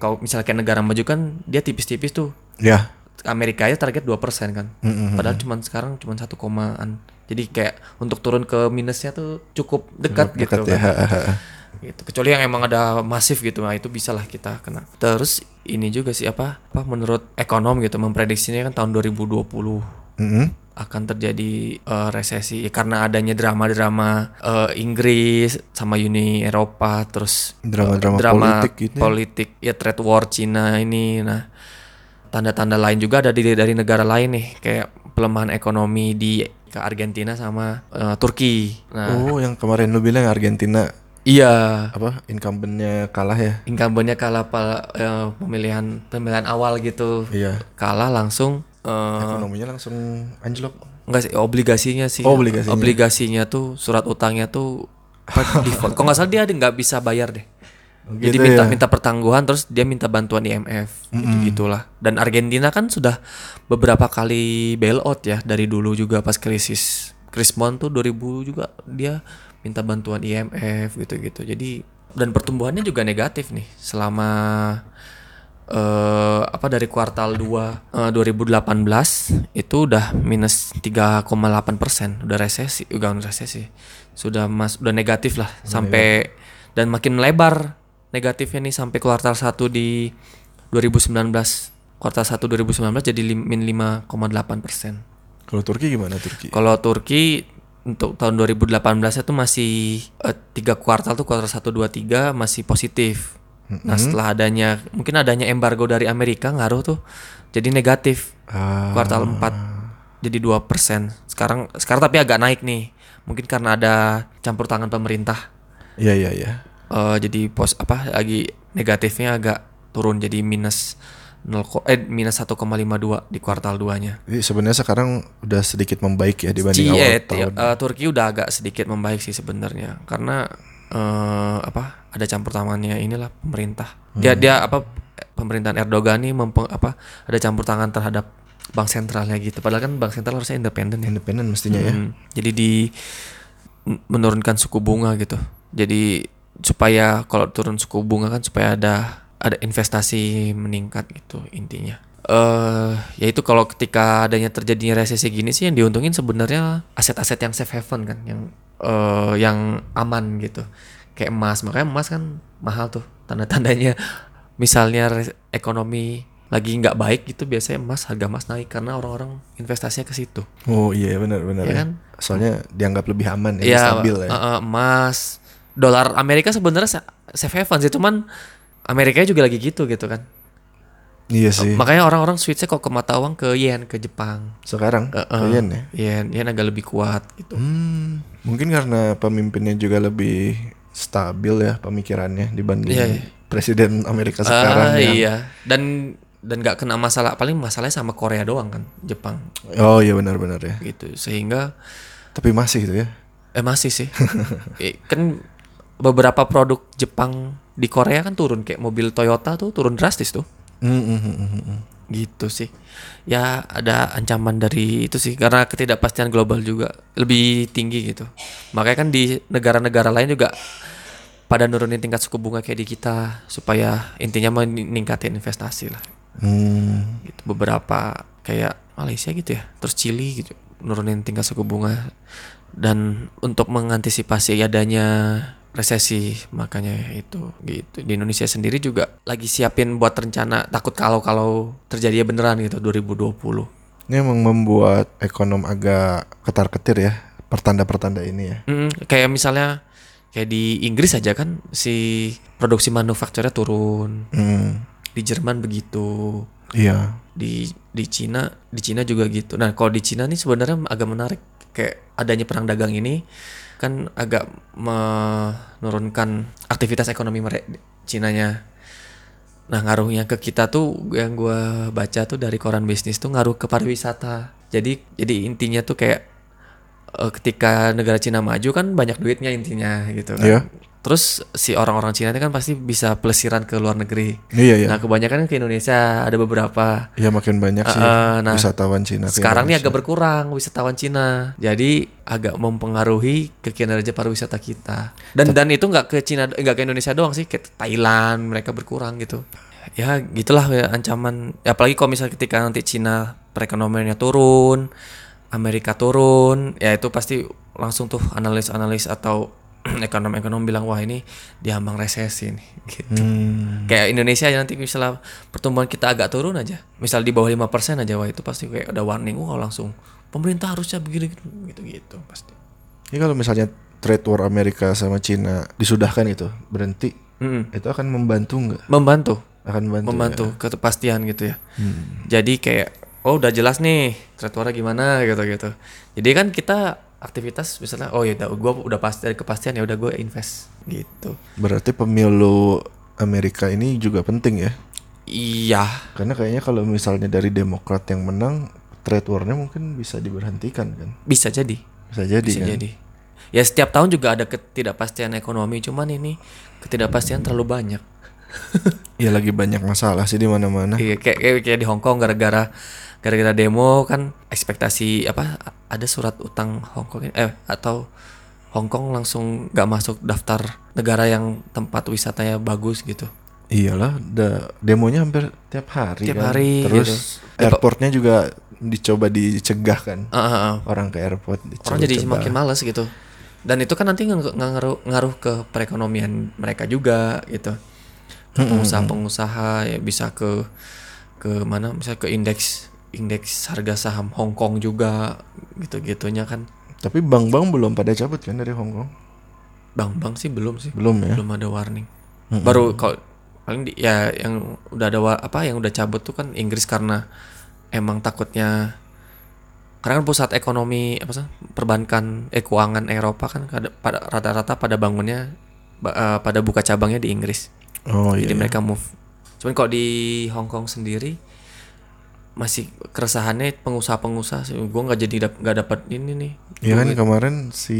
Speaker 1: kalau misalnya kayak negara maju kan dia tipis-tipis tuh
Speaker 2: Ya.
Speaker 1: Amerika aja target 2% kan
Speaker 2: Mm-mm.
Speaker 1: padahal cuman sekarang cuman satu komaan jadi kayak untuk turun ke minusnya tuh cukup dekat,
Speaker 2: Dekat
Speaker 1: gitu
Speaker 2: ya.
Speaker 1: kan.
Speaker 2: ha, ha, ha.
Speaker 1: gitu kecuali yang emang ada masif gitu nah itu bisalah kita kena terus ini juga sih apa apa menurut ekonom gitu memprediksinya kan tahun 2020
Speaker 2: Mm-mm.
Speaker 1: akan terjadi eh, resesi ya, karena adanya drama-drama eh, Inggris sama Uni Eropa terus
Speaker 2: Drama-drama politik gitu. ya.
Speaker 1: politik, ya trade war Cina ini nah tanda-tanda lain juga ada di dari negara lain nih kayak pelemahan ekonomi di ke Argentina sama eh, Turki nah
Speaker 2: Oh, yang kemarin lu bilang Argentina
Speaker 1: iya
Speaker 2: apa incumbentnya kalah ya?
Speaker 1: incumbentnya kalah pala- eh, pemilihan pemilihan awal gitu
Speaker 2: Iya.
Speaker 1: kalah langsung eh,
Speaker 2: Ekonominya langsung anjlok.
Speaker 1: Enggak sih, obligasinya sih. ya.
Speaker 2: Oh, obligasinya.
Speaker 1: Obligasinya tuh surat utangnya tuh apa, default. Kalau nggak salah dia ada- nggak bisa bayar deh. Jadi
Speaker 2: Gitu
Speaker 1: minta
Speaker 2: ya?
Speaker 1: minta pertangguhan terus dia minta bantuan IMF gitu gitulah. Dan Argentina kan sudah beberapa kali bailout ya dari dulu juga pas krisis. Chris Mon tuh 2000 juga dia minta bantuan IMF gitu-gitu. Jadi dan pertumbuhannya juga negatif nih selama eh apa dari kuartal 2 eh, 2018 itu udah minus 3,8 persen udah resesi udah resesi sudah mas udah negatif lah sampai dan makin melebar negatifnya nih sampai kuartal 1 di 2019 kuartal 1 2019 jadi lim- min 5,8 persen
Speaker 2: Kalau Turki gimana Turki?
Speaker 1: kalau Turki untuk tahun 2018 itu masih eh, tiga kuartal tuh kuartal 1 2 3 masih positif. Nah, setelah adanya mungkin adanya embargo dari Amerika ngaruh tuh jadi negatif
Speaker 2: Ah,
Speaker 1: kuartal 4 jadi 2%. Sekarang sekarang tapi agak naik nih. Mungkin karena ada campur tangan pemerintah.
Speaker 2: iya iya iya.
Speaker 1: Eh, jadi pos apa lagi negatifnya agak turun jadi minus 0, ko- eh minus 1,52 di kuartal 2-nya.
Speaker 2: Jadi sebenarnya sekarang udah sedikit membaik ya
Speaker 1: Cie,
Speaker 2: dibanding awal
Speaker 1: Tio-
Speaker 2: tahun.
Speaker 1: eh, Turki udah agak sedikit membaik sih sebenarnya karena eh, apa ada campur tangannya inilah pemerintah dia
Speaker 2: Hmm.
Speaker 1: dia apa pemerintahan Erdogan ini mempeng, apa ada campur tangan terhadap bank sentralnya gitu padahal kan bank sentral harusnya independen ya
Speaker 2: Independen mestinya ya.
Speaker 1: Hmm, jadi di n- menurunkan suku bunga gitu jadi supaya kalau turun suku bunga kan supaya ada ada investasi meningkat gitu intinya eh yaitu kalau ketika adanya terjadinya resesi gini sih yang diuntungin sebenarnya aset-aset yang safe haven kan yang eh yang aman gitu kayak emas makanya emas kan mahal tuh tanda-tandanya misalnya res- ekonomi lagi nggak baik gitu biasanya emas harga emas naik karena orang-orang investasinya ke situ
Speaker 2: Oh iya benar-benar
Speaker 1: Hmm. Iya
Speaker 2: ya.
Speaker 1: kan?
Speaker 2: Soalnya dianggap lebih aman ya,
Speaker 1: Iya,
Speaker 2: stabil ya.
Speaker 1: eh, eh, emas, dolar Amerika sebenarnya sa- safe haven sih, cuman Amerikanya juga lagi gitu gitu kan.
Speaker 2: Iya sih.
Speaker 1: Makanya orang-orang switchnya kok ke mata uang ke yen ke Jepang.
Speaker 2: sekarang
Speaker 1: Eh, eh.
Speaker 2: kalian ya.
Speaker 1: Yen, yen agak lebih kuat gitu.
Speaker 2: Hmm, mungkin karena pemimpinnya juga lebih stabil ya pemikirannya dibanding
Speaker 1: Iya, iya.
Speaker 2: presiden Amerika
Speaker 1: Ah,
Speaker 2: sekarang ya. yang-
Speaker 1: iya. Dan dan nggak kena masalah, paling masalahnya sama Korea doang kan, Jepang
Speaker 2: Oh iya benar-benar ya.
Speaker 1: gitu. Sehingga
Speaker 2: Tapi masih gitu ya.
Speaker 1: eh masih sih. Eh, kan beberapa produk Jepang di Korea kan turun kayak mobil Toyota tuh turun drastis tuh.
Speaker 2: Hmm, hmm, hmm, hmm, hmm.
Speaker 1: gitu sih ya ada ancaman dari itu sih karena ketidakpastian global juga lebih tinggi gitu makanya kan di negara-negara lain juga pada nurunin tingkat suku bunga kayak di kita supaya intinya meningkatin investasi lah
Speaker 2: Hmm.
Speaker 1: gitu beberapa kayak Malaysia gitu ya terus Chili gitu nurunin tingkat suku bunga dan untuk mengantisipasi adanya resesi makanya itu gitu di Indonesia sendiri juga lagi siapin buat rencana takut kalau kalau terjadi beneran gitu 2020
Speaker 2: Ini emang membuat ekonom agak ketar-ketir ya pertanda-pertanda ini ya.
Speaker 1: Mm, kayak misalnya kayak di Inggris aja kan si produksi manufakturnya turun
Speaker 2: Hmm.
Speaker 1: di Jerman begitu
Speaker 2: Iya.
Speaker 1: di di Cina di Cina juga gitu nah kalau di Cina nih sebenarnya agak menarik kayak adanya perang dagang ini kan agak menurunkan aktivitas ekonomi mereka Cinanya nah ngaruhnya ke kita tuh yang gua baca tuh dari koran bisnis tuh ngaruh ke pariwisata jadi jadi intinya tuh kayak eh, ketika negara Cina maju kan banyak duitnya intinya gitu kan
Speaker 2: Iya.
Speaker 1: terus si orang-orang Cina itu kan pasti bisa pelesiran ke luar negeri
Speaker 2: Iya iya.
Speaker 1: Nah kebanyakan ke Indonesia ada beberapa.
Speaker 2: Iya makin banyak sih
Speaker 1: Eh, eh, nah,
Speaker 2: wisatawan Cina. gitu. ke
Speaker 1: Sekarang nih
Speaker 2: Indonesia.
Speaker 1: agak berkurang wisatawan Cina. Jadi agak mempengaruhi ke kinerja pariwisata kita. Dan dan itu nggak ke Cina nggak ke Indonesia doang sih, ke Thailand mereka berkurang gitu. Ya gitulah ya, ancaman. Ya, apalagi kalau misalnya ketika nanti Cina perekonomiannya turun, Amerika turun, ya itu pasti langsung tuh analis-analis atau ekonom-ekonom bilang wah ini diambang resesi nih gitu.
Speaker 2: Hmm.
Speaker 1: Kayak Indonesia aja nanti misalnya pertumbuhan kita agak turun aja. Misal di bawah 5% aja wah itu pasti kayak ada warning wah langsung pemerintah harusnya begini gitu, gitu-gitu pasti.
Speaker 2: Ini kalau misalnya trade war Amerika sama Cina disudahkan gitu, berhenti,
Speaker 1: Mm-mm.
Speaker 2: itu akan membantu nggak?
Speaker 1: Membantu,
Speaker 2: Akan
Speaker 1: membantu
Speaker 2: membantu.
Speaker 1: kepastian gitu ya. Jadi kayak oh udah jelas nih trade war gimana gitu-gitu. Jadi kan kita aktivitas misalnya oh ya udah gua udah pasti dari kepastian ya udah gue invest gitu.
Speaker 2: Berarti pemilu Amerika ini juga penting ya.
Speaker 1: Iya,
Speaker 2: Karena kayaknya kalau misalnya dari Demokrat yang menang, trade warnya mungkin bisa diberhentikan kan?
Speaker 1: bisa jadi.
Speaker 2: Bisa jadi
Speaker 1: Bisa
Speaker 2: kan?
Speaker 1: jadi. Ya setiap tahun juga ada ketidakpastian ekonomi, cuman ini ketidakpastian terlalu banyak.
Speaker 2: Iya lagi banyak masalah sih di mana-mana.
Speaker 1: Iya, kayak, kayak kayak di Hong Kong gara-gara gara-gara demo kan ekspektasi apa ada surat utang Hong Kong ini- eh atau Hong Kong langsung nggak masuk daftar negara yang tempat wisatanya bagus gitu.
Speaker 2: Iyalah, da- demonya hampir tiap hari.
Speaker 1: Tiap
Speaker 2: kan?
Speaker 1: hari
Speaker 2: Terus
Speaker 1: gitu.
Speaker 2: airportnya juga dicoba dicegah kan?
Speaker 1: Ah, ah, ah.
Speaker 2: Orang ke airport
Speaker 1: Orang
Speaker 2: dicoba-coba.
Speaker 1: jadi semakin males gitu. Dan itu kan nanti nge- nge- ngaruh ngaruh ke perekonomian mereka juga gitu. Pengusaha-pengusaha ya bisa ke ke mana misalnya ke indeks indeks harga saham Hong Kong juga gitu-gitunya kan
Speaker 2: Tapi bank-bank belum pada cabut kan dari Hong Kong?
Speaker 1: Bang-bang sih belum sih.
Speaker 2: Belum ya.
Speaker 1: Belum ada warning. Baru kalau paling di, ya yang udah ada wa- apa yang udah cabut tuh kan Inggris karena emang takutnya karena kan pusat ekonomi apa sih perbankan eh keuangan Eropa kan kada- pada rata-rata pada bangunnya ba- eh, pada buka cabangnya di Inggris.
Speaker 2: Oh iya.
Speaker 1: Jadi
Speaker 2: iya.
Speaker 1: mereka move. Cuman kalau di Hong Kong sendiri masih keresahannya pengusaha-pengusaha sih. Gue nggak jadi dap- nggak dapat ini nih.
Speaker 2: Iya kan kemarin si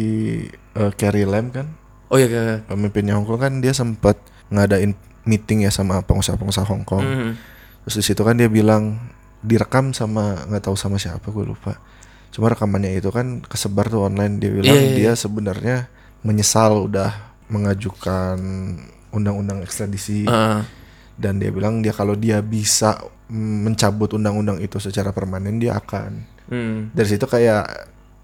Speaker 2: eh, Carrie Lam kan
Speaker 1: Oh iya ke.
Speaker 2: pemimpinnya Hong Kong kan dia sempat ngadain meeting ya sama pengusaha-pengusaha Hong Kong.
Speaker 1: Mhm.
Speaker 2: Terus di situ kan dia bilang direkam sama nggak tahu sama siapa gue lupa. Cuma rekamannya itu kan kesebar tuh online dia bilang
Speaker 1: Iya, iya,
Speaker 2: dia sebenarnya menyesal udah mengajukan undang-undang ekstradisi
Speaker 1: Heeh.
Speaker 2: dan dia bilang dia kalau dia bisa mm, mencabut undang-undang itu secara permanen dia akan.
Speaker 1: Hmm.
Speaker 2: Dari situ kayak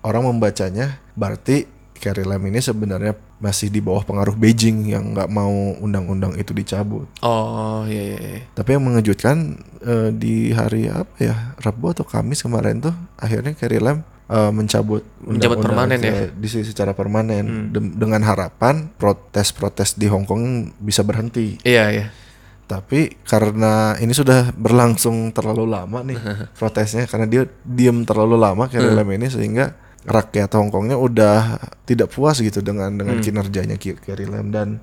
Speaker 2: orang membacanya berarti Carrie Lam ini sebenarnya masih di bawah pengaruh Beijing yang nggak mau undang-undang itu dicabut.
Speaker 1: Oh iya iya. iya.
Speaker 2: Tapi yang mengejutkan eh, di hari apa ya Rabu atau Kamis kemarin tuh akhirnya Carrie Lam eh, mencabut
Speaker 1: Mencabut permanen
Speaker 2: undang-undang
Speaker 1: ya? Hmm.
Speaker 2: se- di secara permanen Dem- dengan harapan protes-protes di Hong Kong bisa berhenti.
Speaker 1: Iya iya.
Speaker 2: Tapi karena ini sudah berlangsung terlalu lama nih protesnya karena dia diem terlalu
Speaker 1: Hmm.
Speaker 2: lama Carrie Lam ini sehingga rakyat Hong Kongnya udah tidak puas gitu dengan
Speaker 1: Hmm.
Speaker 2: dengan kinerjanya Ki- Carrie Lam dan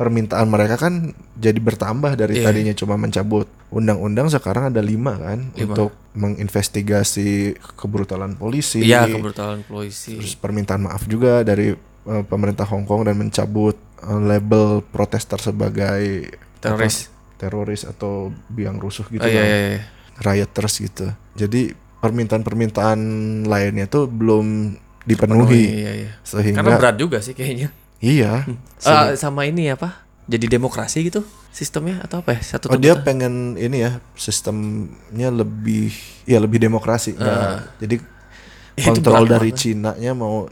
Speaker 2: permintaan mereka kan jadi bertambah dari
Speaker 1: Iya.
Speaker 2: tadinya cuma mencabut undang-undang sekarang ada lima kan
Speaker 1: Lima.
Speaker 2: untuk menginvestigasi kebrutalan polisi
Speaker 1: Iya kebrutalan polisi.
Speaker 2: terus permintaan maaf juga dari eh, pemerintah Hong Kong dan mencabut eh, label protester sebagai
Speaker 1: Teroris.
Speaker 2: apa, teroris atau biang rusuh gitu
Speaker 1: oh iya
Speaker 2: lah,
Speaker 1: iya. iya.
Speaker 2: rioters gitu jadi permintaan-permintaan lainnya tuh belum dipenuhi
Speaker 1: iya iya. Karena
Speaker 2: sehingga
Speaker 1: berat juga sih kayaknya.
Speaker 2: iya
Speaker 1: Eh, sama ini apa? Jadi demokrasi gitu sistemnya atau apa ya? Satu
Speaker 2: Oh
Speaker 1: tempat-
Speaker 2: dia pengen ini ya sistemnya lebih ya lebih demokrasi. Nah, jadi
Speaker 1: Ah. Itu
Speaker 2: kontrol
Speaker 1: berat
Speaker 2: dari Cina-nya mau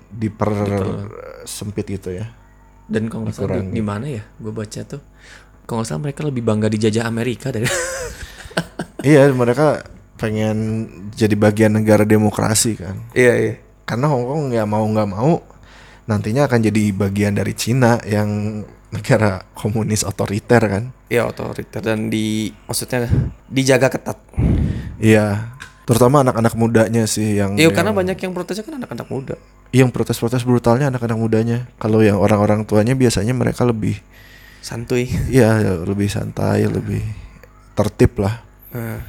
Speaker 2: dipersempit gitu ya.
Speaker 1: dan kalau nggak salah di mana ya? Gue baca tuh kalau nggak salah mereka lebih bangga dijajah Amerika dari
Speaker 2: iya mereka pengen jadi bagian negara demokrasi kan.
Speaker 1: Iya iya.
Speaker 2: Karena Hong Kong ya mau nggak mau nantinya akan jadi bagian dari Cina yang negara komunis otoriter kan.
Speaker 1: Ya otoriter dan di maksudnya dijaga ketat.
Speaker 2: Iya terutama anak-anak mudanya sih yang
Speaker 1: Iya karena banyak yang protesnya kan anak-anak muda.
Speaker 2: yang protes-protes brutalnya anak-anak mudanya. Kalau yang orang-orang tuanya biasanya mereka lebih
Speaker 1: Santuy.
Speaker 2: Iya lebih santai lebih tertib lah
Speaker 1: Iya.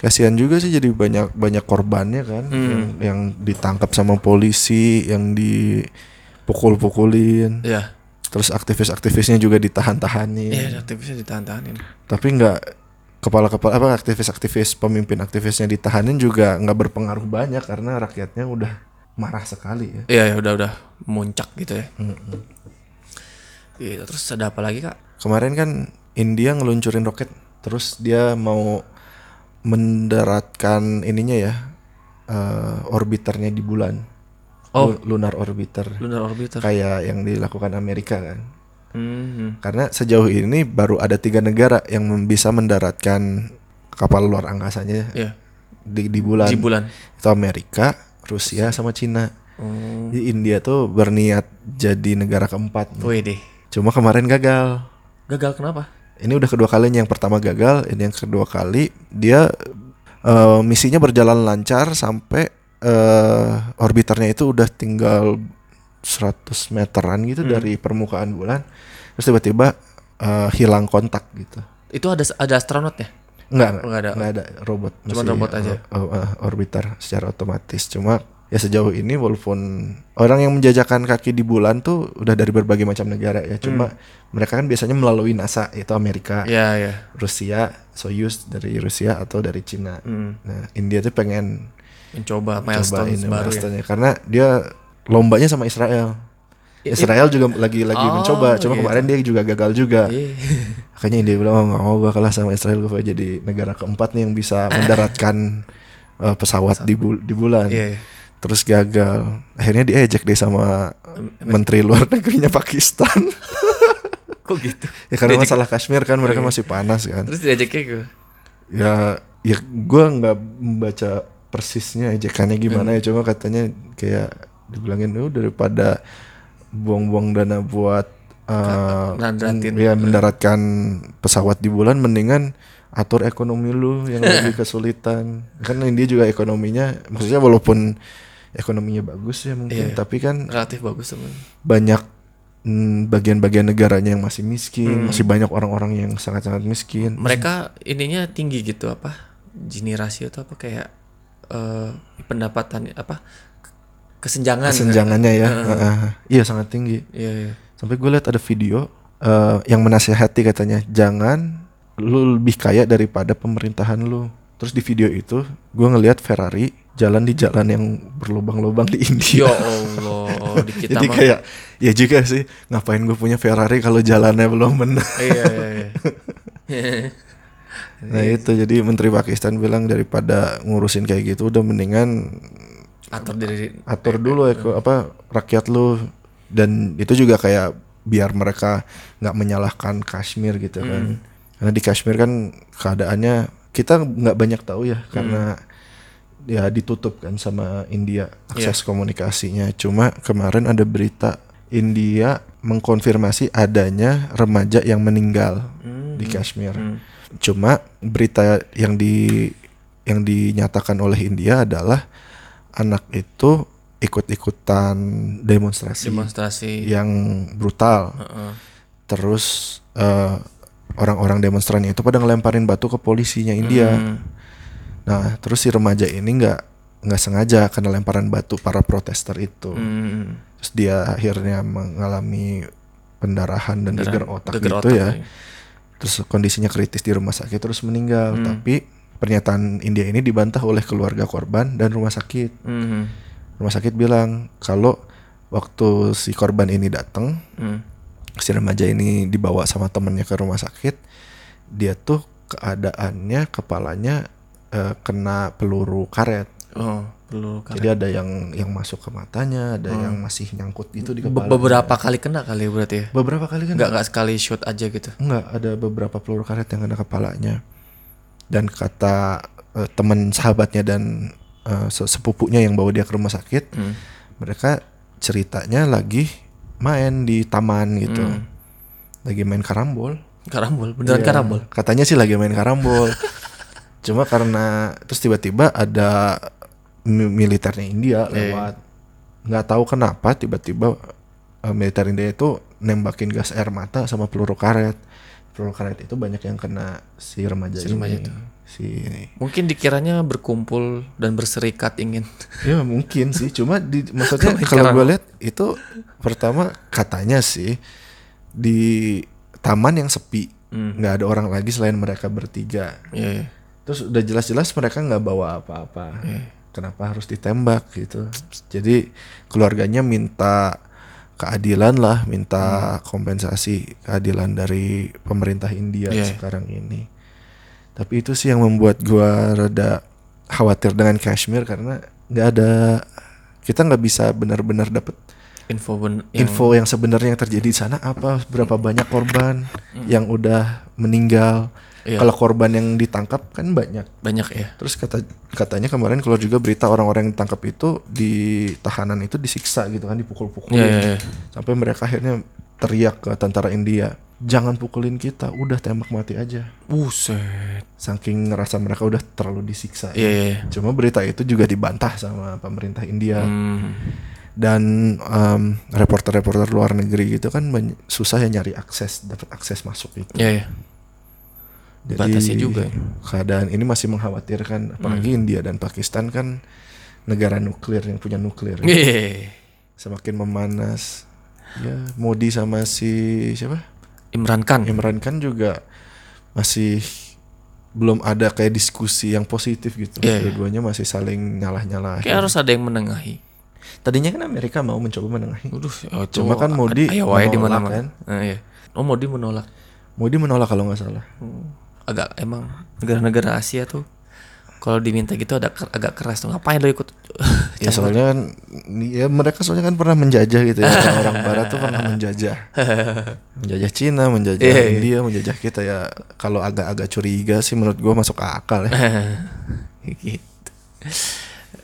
Speaker 2: kasihan juga sih jadi banyak banyak korbannya kan
Speaker 1: Hmm.
Speaker 2: yang, yang ditangkap sama polisi yang dipukul-pukulin
Speaker 1: Iya.
Speaker 2: terus aktivis-aktivisnya juga ditahan-tahanin
Speaker 1: Iya aktivisnya ditahan-tahanin.
Speaker 2: tapi nggak kepala-kepala apa aktivis-aktivis pemimpin aktivisnya ditahanin juga nggak berpengaruh banyak karena rakyatnya udah marah sekali ya
Speaker 1: Iya ya udah udah muncak gitu ya. Gitu terus ada apa lagi kak?
Speaker 2: Kemarin kan India ngeluncurin roket, terus dia mau mendaratkan ininya ya eh, orbiternya di bulan.
Speaker 1: Oh.
Speaker 2: Lu- lunar orbiter.
Speaker 1: Lunar orbiter.
Speaker 2: Kayak yang dilakukan Amerika kan.
Speaker 1: Mhm.
Speaker 2: Karena sejauh ini baru ada tiga negara yang mem- bisa mendaratkan kapal luar angkasanya
Speaker 1: Iya.
Speaker 2: di, di bulan.
Speaker 1: Di bulan.
Speaker 2: Itu Amerika, Rusia sama Cina.
Speaker 1: Oh.
Speaker 2: Jadi India tuh berniat jadi negara keempat.
Speaker 1: Wede.
Speaker 2: Cuma kemarin gagal.
Speaker 1: Gagal kenapa?
Speaker 2: Ini udah kedua kalinya yang pertama gagal, ini yang kedua kali dia eh, misinya berjalan lancar sampai eh, orbiternya itu udah tinggal 100 meteran gitu dari permukaan bulan. Terus tiba-tiba eh, hilang kontak gitu.
Speaker 1: Itu ada ada astronotnya.
Speaker 2: Enggak,
Speaker 1: Nggak
Speaker 2: enggak
Speaker 1: ada.
Speaker 2: ada. Enggak ada robot.
Speaker 1: Cuman robot aja.
Speaker 2: o- o- eh, orbiter secara otomatis. Cuma ya sejauh ini walaupun orang yang menjajakan kaki di bulan tuh udah dari berbagai macam negara ya. Cuma mereka kan biasanya melalui NASA yaitu Amerika.
Speaker 1: Hmm. Iya iya.
Speaker 2: Rusia, Soyuz dari Rusia atau dari Cina.
Speaker 1: Hmm.
Speaker 2: Nah, India tuh pengen
Speaker 1: Mencoba
Speaker 2: coba
Speaker 1: milestone
Speaker 2: ini
Speaker 1: baru ya.
Speaker 2: milestone-nya. karena dia lombanya sama Israel.
Speaker 1: I-
Speaker 2: Israel juga lagi lagi
Speaker 1: Iya, Oh,
Speaker 2: mencoba, cuma
Speaker 1: gitu.
Speaker 2: kemarin dia juga gagal juga.
Speaker 1: Iya.
Speaker 2: Makanya India bilang oh, nggak mau gue kalah sama Israel, gue pengen jadi negara keempat nih yang bisa mendaratkan eh, pesawat di, bul- di bulan.
Speaker 1: Iya. iya.
Speaker 2: Terus gagal. Akhirnya diejek deh sama Menteri Luar Negerinya Pakistan.
Speaker 1: Kok gitu?
Speaker 2: ya karena
Speaker 1: Diejek. Iya.
Speaker 2: masalah Kashmir kan mereka masih panas kan.
Speaker 1: Terus diajaknya ke
Speaker 2: ya ya gue nggak membaca persisnya ejekannya gimana ya cuma katanya kayak dibilangin "Lu daripada buang-buang dana buat eh,
Speaker 1: Mandaratin.
Speaker 2: men- ya mendaratkan pesawat di bulan mendingan atur ekonomi lu yang lebih kesulitan kan India juga ekonominya maksudnya walaupun ekonominya bagus ya mungkin
Speaker 1: Iya.
Speaker 2: tapi kan
Speaker 1: relatif bagus temen
Speaker 2: banyak mm, bagian-bagian negaranya yang masih miskin, masih banyak orang-orang yang sangat-sangat miskin.
Speaker 1: mereka ininya tinggi gitu apa Gini rasio itu apa kayak eh, pendapatan apa ke- kesenjangan
Speaker 2: Kesenjangannya ya, heeh. iya sangat tinggi.
Speaker 1: Iya, iya.
Speaker 2: Sampai gue lihat ada video eh, yang menasehati katanya jangan lu lebih kaya daripada pemerintahan lu. Terus di video itu gue ngelihat Ferrari jalan di jalan yang berlubang-lubang
Speaker 1: ya
Speaker 2: di India.
Speaker 1: Allah di kita
Speaker 2: Iya. Jadi
Speaker 1: mah
Speaker 2: kayak ya juga sih ngapain gue punya Ferrari kalau jalannya belum benar.
Speaker 1: iya iya iya
Speaker 2: Nah itu jadi Menteri Pakistan bilang daripada ngurusin kayak gitu udah mendingan
Speaker 1: atur diri
Speaker 2: atur dulu ya ke- apa rakyat lu dan itu juga kayak biar mereka nggak menyalahkan Kashmir gitu kan karena di Kashmir kan keadaannya kita nggak banyak tahu ya karena ya ditutup kan sama India akses komunikasinya cuma kemarin ada berita India mengkonfirmasi adanya remaja yang meninggal di Kashmir cuma berita yang di yang dinyatakan oleh India adalah anak itu ikut-ikutan demonstrasi
Speaker 1: demonstrasi
Speaker 2: yang brutal.
Speaker 1: Heeh.
Speaker 2: Terus eh, orang-orang demonstrannya itu pada ngelemparin batu ke polisinya India.
Speaker 1: Hmm.
Speaker 2: Nah, terus si remaja ini nggak nggak sengaja kena lemparan batu para protester itu.
Speaker 1: Hmm.
Speaker 2: Terus dia akhirnya mengalami pendarahan dan geger otak
Speaker 1: Geger
Speaker 2: gitu
Speaker 1: otak
Speaker 2: ya.
Speaker 1: lagi.
Speaker 2: Terus kondisinya kritis di rumah sakit terus
Speaker 1: Hmm.
Speaker 2: meninggal. Tapi pernyataan India ini dibantah oleh keluarga korban dan rumah sakit.
Speaker 1: Hmm.
Speaker 2: rumah sakit bilang kalau waktu si korban ini datang
Speaker 1: Hmm.
Speaker 2: si remaja ini dibawa sama temennya ke rumah sakit dia tuh keadaannya kepalanya eh, kena peluru karet
Speaker 1: oh perlu kan
Speaker 2: jadi ada yang yang masuk ke matanya ada yang masih nyangkut gitu di
Speaker 1: Hmm. Be-
Speaker 2: kepala
Speaker 1: beberapa kali kena kali berarti ya
Speaker 2: beberapa kali kan
Speaker 1: nggak nggak sekali shoot aja gitu
Speaker 2: Enggak, ada beberapa peluru karet yang kena kepalanya. Dan kata eh, teman sahabatnya dan eh, se- sepupunya yang bawa dia ke rumah sakit,
Speaker 1: Hmm,
Speaker 2: mereka ceritanya lagi main di taman gitu. Lagi main karambol.
Speaker 1: hmm. karambol beneran
Speaker 2: Iya.
Speaker 1: karambol
Speaker 2: Katanya sih lagi main karambol. Cuma karena terus tiba-tiba ada mi- militernya India
Speaker 1: Iya.
Speaker 2: lewat. Nggak tahu kenapa tiba-tiba eh, militer India itu nembakin gas air mata sama peluru karet. Peluru karet itu banyak yang kena si remaja
Speaker 1: Si remaja
Speaker 2: ini.
Speaker 1: itu.
Speaker 2: Si ini.
Speaker 1: mungkin dikiranya berkumpul dan berserikat ingin
Speaker 2: Ya mungkin sih, cuma di maksudnya
Speaker 1: Pemikiran.
Speaker 2: kalau gue lihat itu pertama katanya sih di taman yang sepi,
Speaker 1: Hmm.
Speaker 2: nggak ada orang lagi selain mereka bertiga.
Speaker 1: Iya, iya.
Speaker 2: Terus udah jelas-jelas mereka nggak bawa apa-apa. Kenapa harus ditembak gitu? Jadi keluarganya minta keadilan lah, minta kompensasi keadilan dari pemerintah India
Speaker 1: Iya.
Speaker 2: sekarang ini. Tapi itu sih yang membuat gua rada khawatir dengan Kashmir karena nggak ada kita nggak bisa benar-benar dapet
Speaker 1: info ben yang-
Speaker 2: info yang sebenarnya yang terjadi di sana apa berapa banyak korban yang udah meninggal
Speaker 1: Iya.
Speaker 2: kalau korban yang ditangkap kan banyak
Speaker 1: banyak ya
Speaker 2: Terus kata katanya kemarin keluar juga berita orang-orang yang ditangkap itu di tahanan itu disiksa gitu kan dipukul-pukulin.
Speaker 1: Iya, iya, iya.
Speaker 2: Sampai mereka akhirnya teriak ke tentara India, "Jangan pukulin kita, udah tembak mati aja."
Speaker 1: buset
Speaker 2: Saking ngerasa mereka udah terlalu disiksa.
Speaker 1: iya iya iya.
Speaker 2: Cuma berita itu juga dibantah sama pemerintah India
Speaker 1: Hmm.
Speaker 2: dan em, reporter-reporter luar negeri gitu kan bany- susah ya nyari akses, dapat akses masuk itu.
Speaker 1: iya iya. Batasi juga. ya? Hmm.
Speaker 2: Keadaan ini masih mengkhawatirkan, apalagi India dan Pakistan kan negara nuklir yang punya nuklir,
Speaker 1: Iya,
Speaker 2: ya.
Speaker 1: Yeay.
Speaker 2: semakin memanas. Ya, Modi sama si siapa?
Speaker 1: Imran Khan
Speaker 2: Imran Khan juga masih belum ada kayak diskusi yang positif gitu.
Speaker 1: Iya, iya.
Speaker 2: Dua-duanya masih saling
Speaker 1: kayak
Speaker 2: nyalah-nyalahin.
Speaker 1: harus ada yang menengahi
Speaker 2: Tadinya kan Amerika mau mencoba menengahi.
Speaker 1: Waduh, oh,
Speaker 2: Cuma
Speaker 1: cowok,
Speaker 2: kan Modi
Speaker 1: ayo wae di
Speaker 2: menolak
Speaker 1: mana
Speaker 2: kan?
Speaker 1: kan? iya. Oh Modi menolak. Hmm.
Speaker 2: Modi menolak kalau nggak salah.
Speaker 1: Agak emang negara-negara Asia tuh kalau diminta gitu ada ker- agak keras tuh. Ngapain lo ikut?
Speaker 2: Ya soalnya kan ya mereka soalnya kan pernah menjajah gitu ya orang, orang barat tuh pernah menjajah. Menjajah Cina, menjajah
Speaker 1: Iya, iya.
Speaker 2: India, menjajah kita ya kalau agak-agak curiga sih menurut gua masuk akal ya.
Speaker 1: gitu.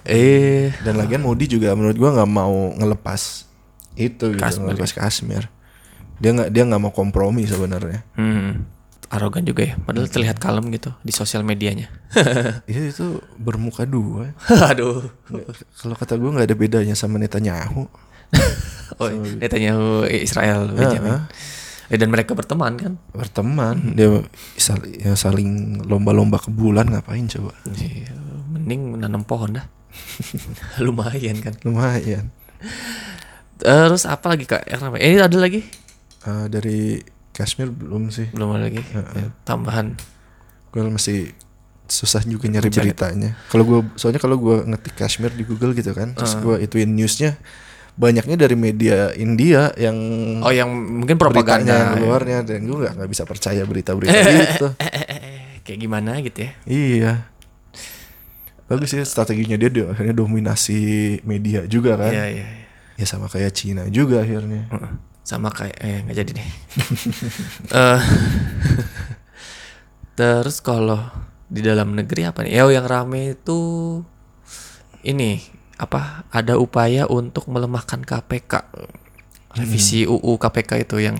Speaker 1: Eh,
Speaker 2: Dan lagian Modi juga menurut gua nggak mau ngelepas itu gitu,
Speaker 1: Kashmir.
Speaker 2: ngelepas Kashmir. Dia nggak dia nggak mau kompromi sebenarnya.
Speaker 1: hmm, arogan juga ya. Padahal terlihat kalem gitu di sosial medianya. Eh.
Speaker 2: Iya itu bermuka dua.
Speaker 1: Aduh.
Speaker 2: Kalau kata gua nggak ada bedanya sama Netanyahu.
Speaker 1: Oh, Netanyahu eh, Israel Benjamin. Eh, dan mereka berteman kan?
Speaker 2: Iya, ah, Berteman, dia sal- ya saling lomba-lomba ke bulan ngapain coba?
Speaker 1: Iya, Mending menanam pohon dah. Lumayan kan.
Speaker 2: Lumayan.
Speaker 1: Terus apa lagi Kak? Yang ramai? Eh, ada lagi?
Speaker 2: Eh, dari Kashmir belum sih.
Speaker 1: Belum ada lagi. Ya, Tambahan.
Speaker 2: Gue masih susah juga nyari beritanya. Kalau gue soalnya kalau gue ngetik Kashmir di Google gitu kan,
Speaker 1: Ah.
Speaker 2: terus gue ituin newsnya banyaknya dari media India yang
Speaker 1: Oh, yang mungkin
Speaker 2: beritanya yang
Speaker 1: propaganda.
Speaker 2: keluarnya dan gue nggak nggak bisa percaya berita-berita gitu.
Speaker 1: Eh, eh, eh, eh, kayak gimana gitu ya?
Speaker 2: Iya. Bagus ya strateginya dia dia akhirnya dominasi media juga kan.
Speaker 1: Iya, iya. iya.
Speaker 2: Ya sama kayak Cina juga akhirnya.
Speaker 1: Heeh. Sama kayak eh nggak jadi deh. Eh, Terus kalau di dalam negeri apa nih? Ya yang rame itu ini apa ada upaya untuk melemahkan KPK revisi UU KPK itu yang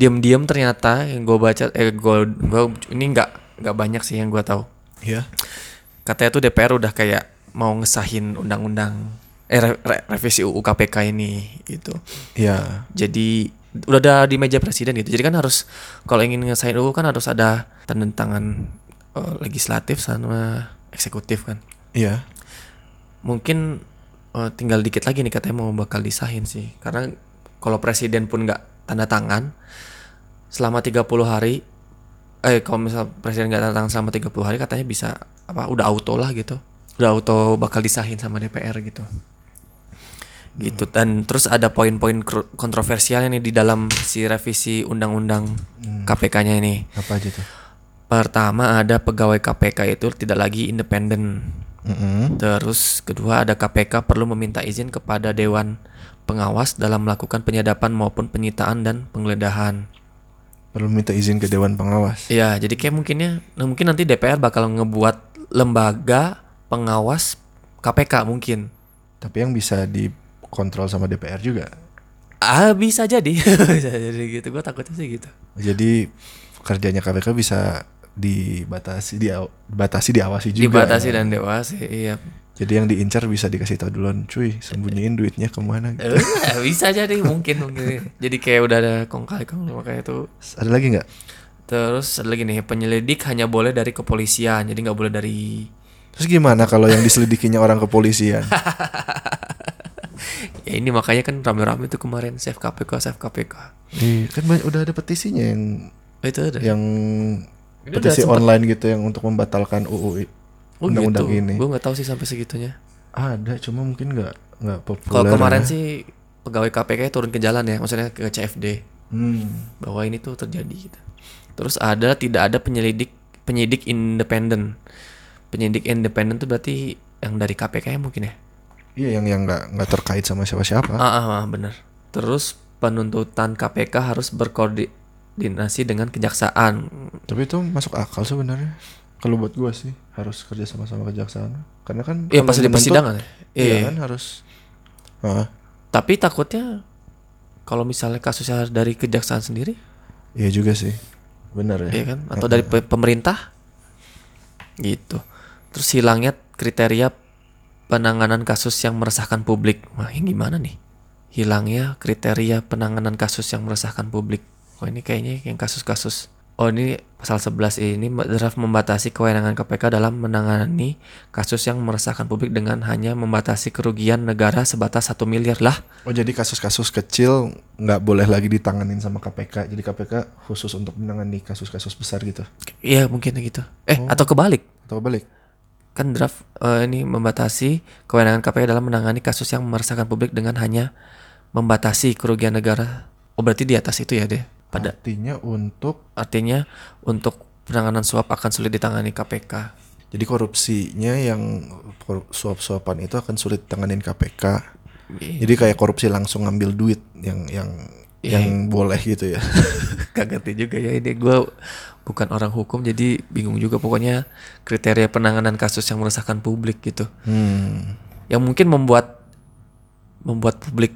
Speaker 1: diam-diam ternyata yang gue baca eh gue gua- ini nggak nggak banyak sih yang gue tahu
Speaker 2: Iya.
Speaker 1: katanya tuh DPR udah kayak mau ngesahin undang-undang eh re- re- revisi UU KPK ini gitu
Speaker 2: Iya.
Speaker 1: jadi udah ada di meja presiden gitu jadi kan harus kalau ingin ngesain UU kan harus ada tanda tangan eh, legislatif sama eksekutif kan
Speaker 2: Iya.
Speaker 1: mungkin eh, tinggal dikit lagi nih katanya mau bakal disahin sih karena kalau presiden pun nggak tanda tangan selama 30 hari eh kalau misal presiden nggak tanda tangan selama 30 hari katanya bisa apa udah auto lah gitu udah auto bakal disahin sama DPR gitu gitu dan terus ada poin-poin kru- kontroversial ini di dalam si revisi undang-undang KPK-nya ini
Speaker 2: Apa aja tuh?
Speaker 1: pertama ada pegawai KPK itu tidak lagi independen
Speaker 2: Mm-mm.
Speaker 1: Terus kedua ada KPK perlu meminta izin kepada Dewan Pengawas dalam melakukan penyadapan maupun penyitaan dan penggeledahan.
Speaker 2: Perlu minta izin ke dewan pengawas.
Speaker 1: Ya, jadi kayak mungkinnya nah mungkin nanti DPR bakal ngebuat lembaga pengawas KPK mungkin.
Speaker 2: Tapi yang bisa dikontrol sama DPR juga.
Speaker 1: Ah bisa jadi, bisa jadi gitu. Gue takutnya sih gitu.
Speaker 2: Jadi kerjanya KPK bisa dibatasi dia- dibatasi diawasi juga.
Speaker 1: Dibatasi dan dewasa, iya.
Speaker 2: Jadi yang diincar bisa dikasih tahu duluan, cuy, sembunyiin duitnya kemana gitu.
Speaker 1: Eh, bisa jadi mungkin mungkin. Jadi kayak udah ada kong kali kong makanya itu
Speaker 2: Ada lagi nggak?
Speaker 1: Terus ada lagi nih penyelidik hanya boleh dari kepolisian, jadi nggak boleh dari
Speaker 2: Terus gimana kalau yang diselidikinya orang kepolisian?
Speaker 1: Ya ini makanya kan rame-rame tuh kemarin save KPK, save KPK.
Speaker 2: Ih, kan banyak, udah ada petisinya yang
Speaker 1: Oh, Itu ada.
Speaker 2: yang
Speaker 1: Ini udah
Speaker 2: petisi
Speaker 1: sempet-
Speaker 2: online gitu yang untuk membatalkan UU i-
Speaker 1: Oh
Speaker 2: undang-undang
Speaker 1: gitu.
Speaker 2: ini.
Speaker 1: Gue nggak tahu sih sampai segitunya.
Speaker 2: Ada, cuma mungkin nggak nggak populer.
Speaker 1: Kalau kemarin
Speaker 2: ya.
Speaker 1: sih pegawai KPK turun ke jalan ya, maksudnya ke CFD
Speaker 2: Hmm.
Speaker 1: bahwa ini tuh terjadi gitu. Terus ada tidak ada penyelidik penyidik independen. Penyidik independen tuh berarti yang dari KPK -nya mungkin ya.
Speaker 2: Iya yang yang nggak nggak terkait sama siapa-siapa.
Speaker 1: Ah, ah, ah, bener. Terus penuntutan KPK harus berkoordinasi dengan kejaksaan.
Speaker 2: Tapi itu masuk akal sebenarnya. Kalau buat gua sih harus kerja sama-sama kejaksaan. Karena kan
Speaker 1: Iya
Speaker 2: kalau
Speaker 1: pas di
Speaker 2: menuntut,
Speaker 1: persidangan. ya?
Speaker 2: Iya
Speaker 1: Iya.
Speaker 2: kan harus. Ah,
Speaker 1: Tapi takutnya kalau misalnya kasusnya dari kejaksaan sendiri,
Speaker 2: iya juga sih. Benar ya.
Speaker 1: ya kan, atau dari pe- pemerintah, gitu. Terus hilangnya kriteria penanganan kasus yang meresahkan publik. Wah, ini gimana nih? Hilangnya kriteria penanganan kasus yang meresahkan publik. Wah, ini kayaknya yang kasus-kasus. Oh, ini pasal 11 ini draft membatasi kewenangan KPK dalam menangani kasus yang meresahkan publik dengan hanya membatasi kerugian negara sebatas satu miliar lah.
Speaker 2: Oh jadi kasus-kasus kecil nggak boleh lagi ditanganin sama KPK. Jadi KPK khusus untuk menangani kasus-kasus besar gitu.
Speaker 1: Iya mungkin gitu. Eh atau kebalik
Speaker 2: Atau balik?
Speaker 1: kan draft eh, ini membatasi kewenangan KPK dalam menangani kasus yang meresahkan publik dengan hanya membatasi kerugian negara. Oh berarti di atas itu ya deh. Pada
Speaker 2: Artinya untuk
Speaker 1: artinya untuk penanganan suap akan sulit ditangani KPK.
Speaker 2: jadi korupsinya yang korup- suap-suapan itu akan sulit tanganin KPK.
Speaker 1: Iya.
Speaker 2: Jadi kayak korupsi langsung ngambil duit yang yang
Speaker 1: Iya.
Speaker 2: yang boleh gitu ya.
Speaker 1: Gak ngerti juga ya ini gue bukan orang hukum jadi bingung juga pokoknya kriteria penanganan kasus yang meresahkan publik gitu.
Speaker 2: Hmm.
Speaker 1: yang mungkin membuat membuat publik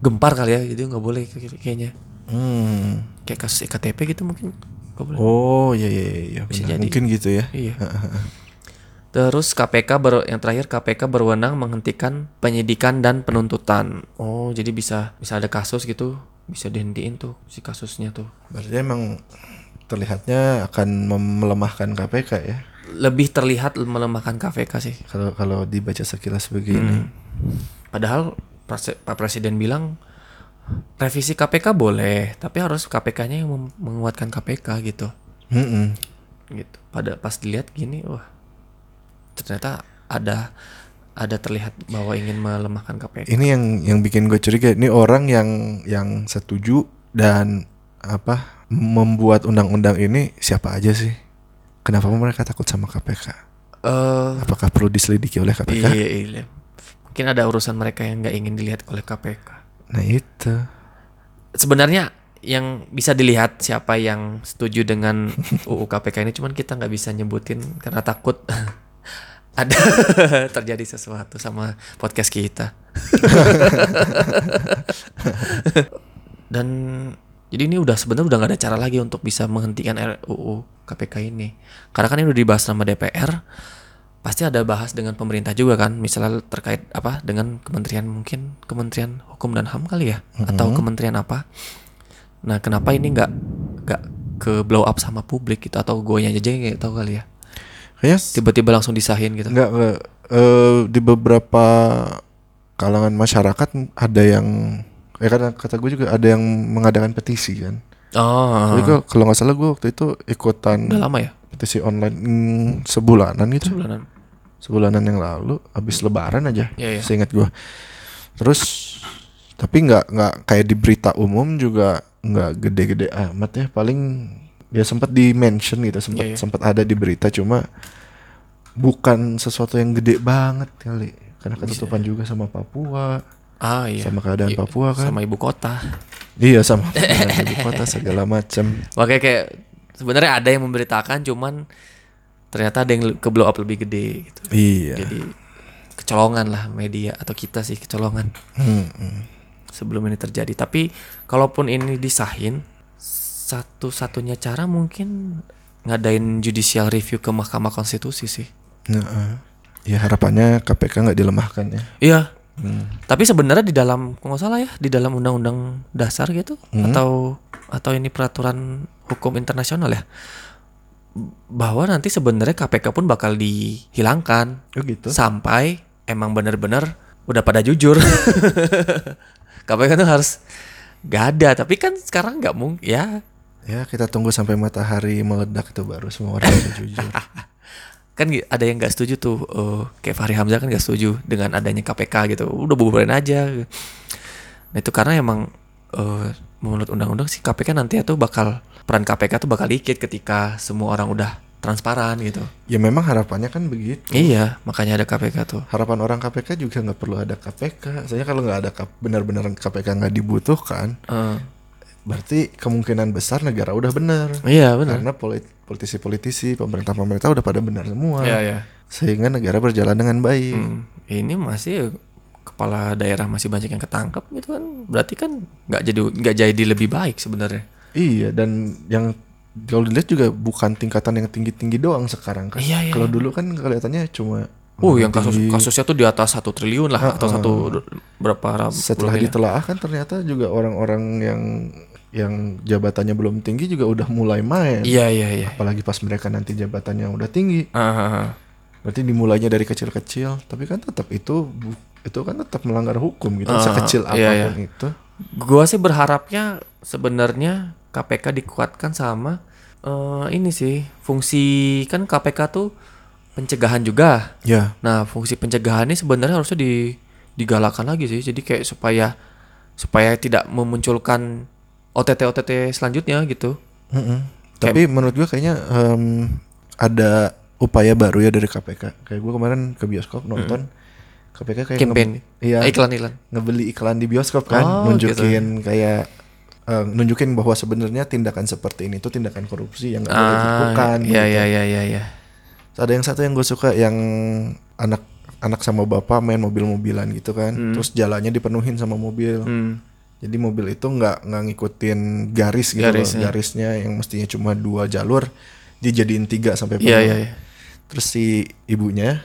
Speaker 1: gempar kali ya jadi nggak boleh kayak- kayaknya
Speaker 2: Hmm.
Speaker 1: kayak kasus KTP gitu mungkin nggak boleh
Speaker 2: Oh iya iya iya, iya.
Speaker 1: Bisa jadi.
Speaker 2: benar. Mungkin gitu ya.
Speaker 1: Iya. Terus KPK ber- yang terakhir KPK berwenang menghentikan penyidikan dan penuntutan. Oh, jadi bisa bisa ada kasus gitu, bisa dihentiin tuh si kasusnya tuh.
Speaker 2: Berarti emang terlihatnya akan mem- melemahkan KPK ya.
Speaker 1: Lebih terlihat melemahkan KPK sih.
Speaker 2: Kalau kalau dibaca sekilas begini.
Speaker 1: Padahal prase- Pak Presiden bilang revisi KPK boleh, tapi harus KPK-nya yang mem- menguatkan KPK gitu.
Speaker 2: Mm-mm.
Speaker 1: Gitu. Pada pas dilihat gini, wah. Ternyata ada ada terlihat bahwa ingin melemahkan KPK.
Speaker 2: Ini yang yang bikin gue curiga. Ini orang yang yang setuju dan apa membuat undang-undang ini siapa aja sih? Kenapa mereka takut sama KPK?
Speaker 1: Eh,
Speaker 2: Apakah perlu diselidiki oleh KPK?
Speaker 1: Iya, iya. Mungkin ada urusan mereka yang nggak ingin dilihat oleh KPK.
Speaker 2: Nah itu.
Speaker 1: Sebenarnya yang bisa dilihat siapa yang setuju dengan UU KPK ini, cuman kita nggak bisa nyebutin karena takut ada terjadi sesuatu sama podcast kita. Dan jadi ini udah sebenarnya udah nggak ada cara lagi untuk bisa menghentikan RUU KPK ini. Karena kan ini udah dibahas sama DPR, pasti ada bahas dengan pemerintah juga kan. Misalnya terkait apa dengan kementerian mungkin Kementerian Hukum dan HAM kali ya, atau kementerian apa. Nah kenapa ini nggak nggak ke blow up sama publik gitu atau goyang aja nggak tahu kali ya.
Speaker 2: Kayaknya
Speaker 1: Tiba-tiba langsung disahin gitu.
Speaker 2: Enggak, enggak. Eh, di beberapa kalangan masyarakat ada yang ya karena kata gue juga ada yang mengadakan petisi kan.
Speaker 1: Oh,
Speaker 2: Tapi kalau- kalau nggak salah gue waktu itu ikutan
Speaker 1: udah lama ya
Speaker 2: petisi online mm, sebulanan gitu,
Speaker 1: bulanan.
Speaker 2: sebulanan yang lalu habis lebaran aja.
Speaker 1: Iya, iya.
Speaker 2: Seingat gue. Terus tapi nggak nggak kayak di berita umum juga nggak gede-gede amat ya paling ya sempat di mention gitu sempat
Speaker 1: Iya, iya.
Speaker 2: sempat ada di berita cuma bukan sesuatu yang gede banget kali karena ketutupan juga sama Papua
Speaker 1: Ah iya.
Speaker 2: sama keadaan
Speaker 1: Iya,
Speaker 2: Papua kan
Speaker 1: Sama ibu kota.
Speaker 2: iya sama keadaan ibu kota segala macam
Speaker 1: Makanya kayak sebenarnya ada yang memberitakan cuman ternyata ada yang ke blow up lebih gede gitu.
Speaker 2: iya
Speaker 1: Jadi kecolongan lah media atau kita sih kecolongan
Speaker 2: Mm-mm.
Speaker 1: sebelum ini terjadi. Tapi kalaupun ini disahin satu-satunya cara mungkin ngadain judicial review ke Mahkamah Konstitusi sih.
Speaker 2: Nah, eh. ya harapannya KPK nggak dilemahkan ya
Speaker 1: Iya.
Speaker 2: Hmm.
Speaker 1: Tapi sebenarnya di dalam kalau nggak salah ya di dalam undang-undang dasar gitu atau atau ini peraturan hukum internasional ya bahwa nanti sebenarnya KPK pun bakal dihilangkan
Speaker 2: oh gitu
Speaker 1: sampai emang bener-bener udah pada jujur. KPK tuh harus gak ada tapi kan sekarang nggak mungkin ya
Speaker 2: ya kita tunggu sampai matahari meledak itu baru semua orang bisa jujur
Speaker 1: kan gi- ada yang nggak setuju tuh eh, kayak Fahri Hamzah kan nggak setuju dengan adanya KPK gitu udah bubarin aja nah itu karena emang eh, menurut undang-undang sih KPK nanti tuh bakal peran KPK tuh bakal dikit ketika semua orang udah transparan gitu
Speaker 2: ya memang harapannya kan begitu
Speaker 1: iya makanya ada KPK tuh
Speaker 2: harapan orang KPK juga nggak perlu ada KPK. Soalnya kalau nggak ada K- benar-benar KPK nggak dibutuhkan,
Speaker 1: Eh,
Speaker 2: berarti kemungkinan besar negara udah benar.
Speaker 1: iya benar
Speaker 2: Karena polit- politisi-politisi, pemerintah-pemerintah udah pada benar semua.
Speaker 1: iya iya
Speaker 2: Sehingga negara berjalan dengan baik.
Speaker 1: Hmm, ini masih kepala daerah masih banyak yang ketangkep gitu kan berarti kan nggak jadi nggak jadi lebih baik sebenarnya
Speaker 2: Iya, dan yang kalau dilihat juga bukan tingkatan yang tinggi-tinggi doang sekarang kan.
Speaker 1: Iya, iya,
Speaker 2: kalau
Speaker 1: iya.
Speaker 2: dulu kan kelihatannya cuma
Speaker 1: Oh, yang kasus
Speaker 2: tinggi.
Speaker 1: kasusnya tuh di atas satu triliun lah atau satu berapa ra- puluh
Speaker 2: setelah
Speaker 1: miliar.
Speaker 2: ditelaah kan ternyata juga orang-orang yang yang jabatannya belum tinggi juga udah mulai main.
Speaker 1: Iya iya iya.
Speaker 2: apalagi pas mereka nanti jabatannya udah tinggi
Speaker 1: Ah, ah, ah.
Speaker 2: berarti dimulainya dari kecil-kecil tapi kan tetap itu bu- itu kan tetap melanggar hukum gitu sekecil
Speaker 1: iya,
Speaker 2: apapun itu
Speaker 1: Gua sih berharapnya sebenarnya KPK dikuatkan sama eh, ini sih fungsi kan KPK tuh pencegahan juga.
Speaker 2: ya
Speaker 1: Nah fungsi pencegahan ini sebenarnya harusnya di, digalakan lagi sih. Jadi kayak supaya supaya tidak memunculkan OTT OTT selanjutnya gitu.
Speaker 2: Mm-mm. tapi menurut gua kayaknya em, ada upaya baru ya dari KPK kayak gua kemarin ke bioskop nonton KPK kayak nge-
Speaker 1: Campaign.
Speaker 2: iya
Speaker 1: Eh, Iklan iklan.
Speaker 2: ngebeli iklan di bioskop kan
Speaker 1: Oh,
Speaker 2: nunjukin kayak eh, nunjukin bahwa sebenarnya tindakan seperti ini itu tindakan korupsi yang gitu. nggak boleh dilakukan
Speaker 1: iya. Ah, iya iya iya iya. iya.
Speaker 2: Terus ada yang satu yang gue suka yang anak anak sama bapak main mobil-mobilan gitu kan
Speaker 1: Hmm.
Speaker 2: terus jalannya dipenuhin sama mobil
Speaker 1: Hmm.
Speaker 2: jadi mobil itu nggak nggak ngikutin garis gitu
Speaker 1: Garis,
Speaker 2: loh
Speaker 1: ya.
Speaker 2: garisnya yang mestinya cuma dua jalur dijadiin tiga sampai
Speaker 1: Iya
Speaker 2: penuh.
Speaker 1: iya iya.
Speaker 2: terus si ibunya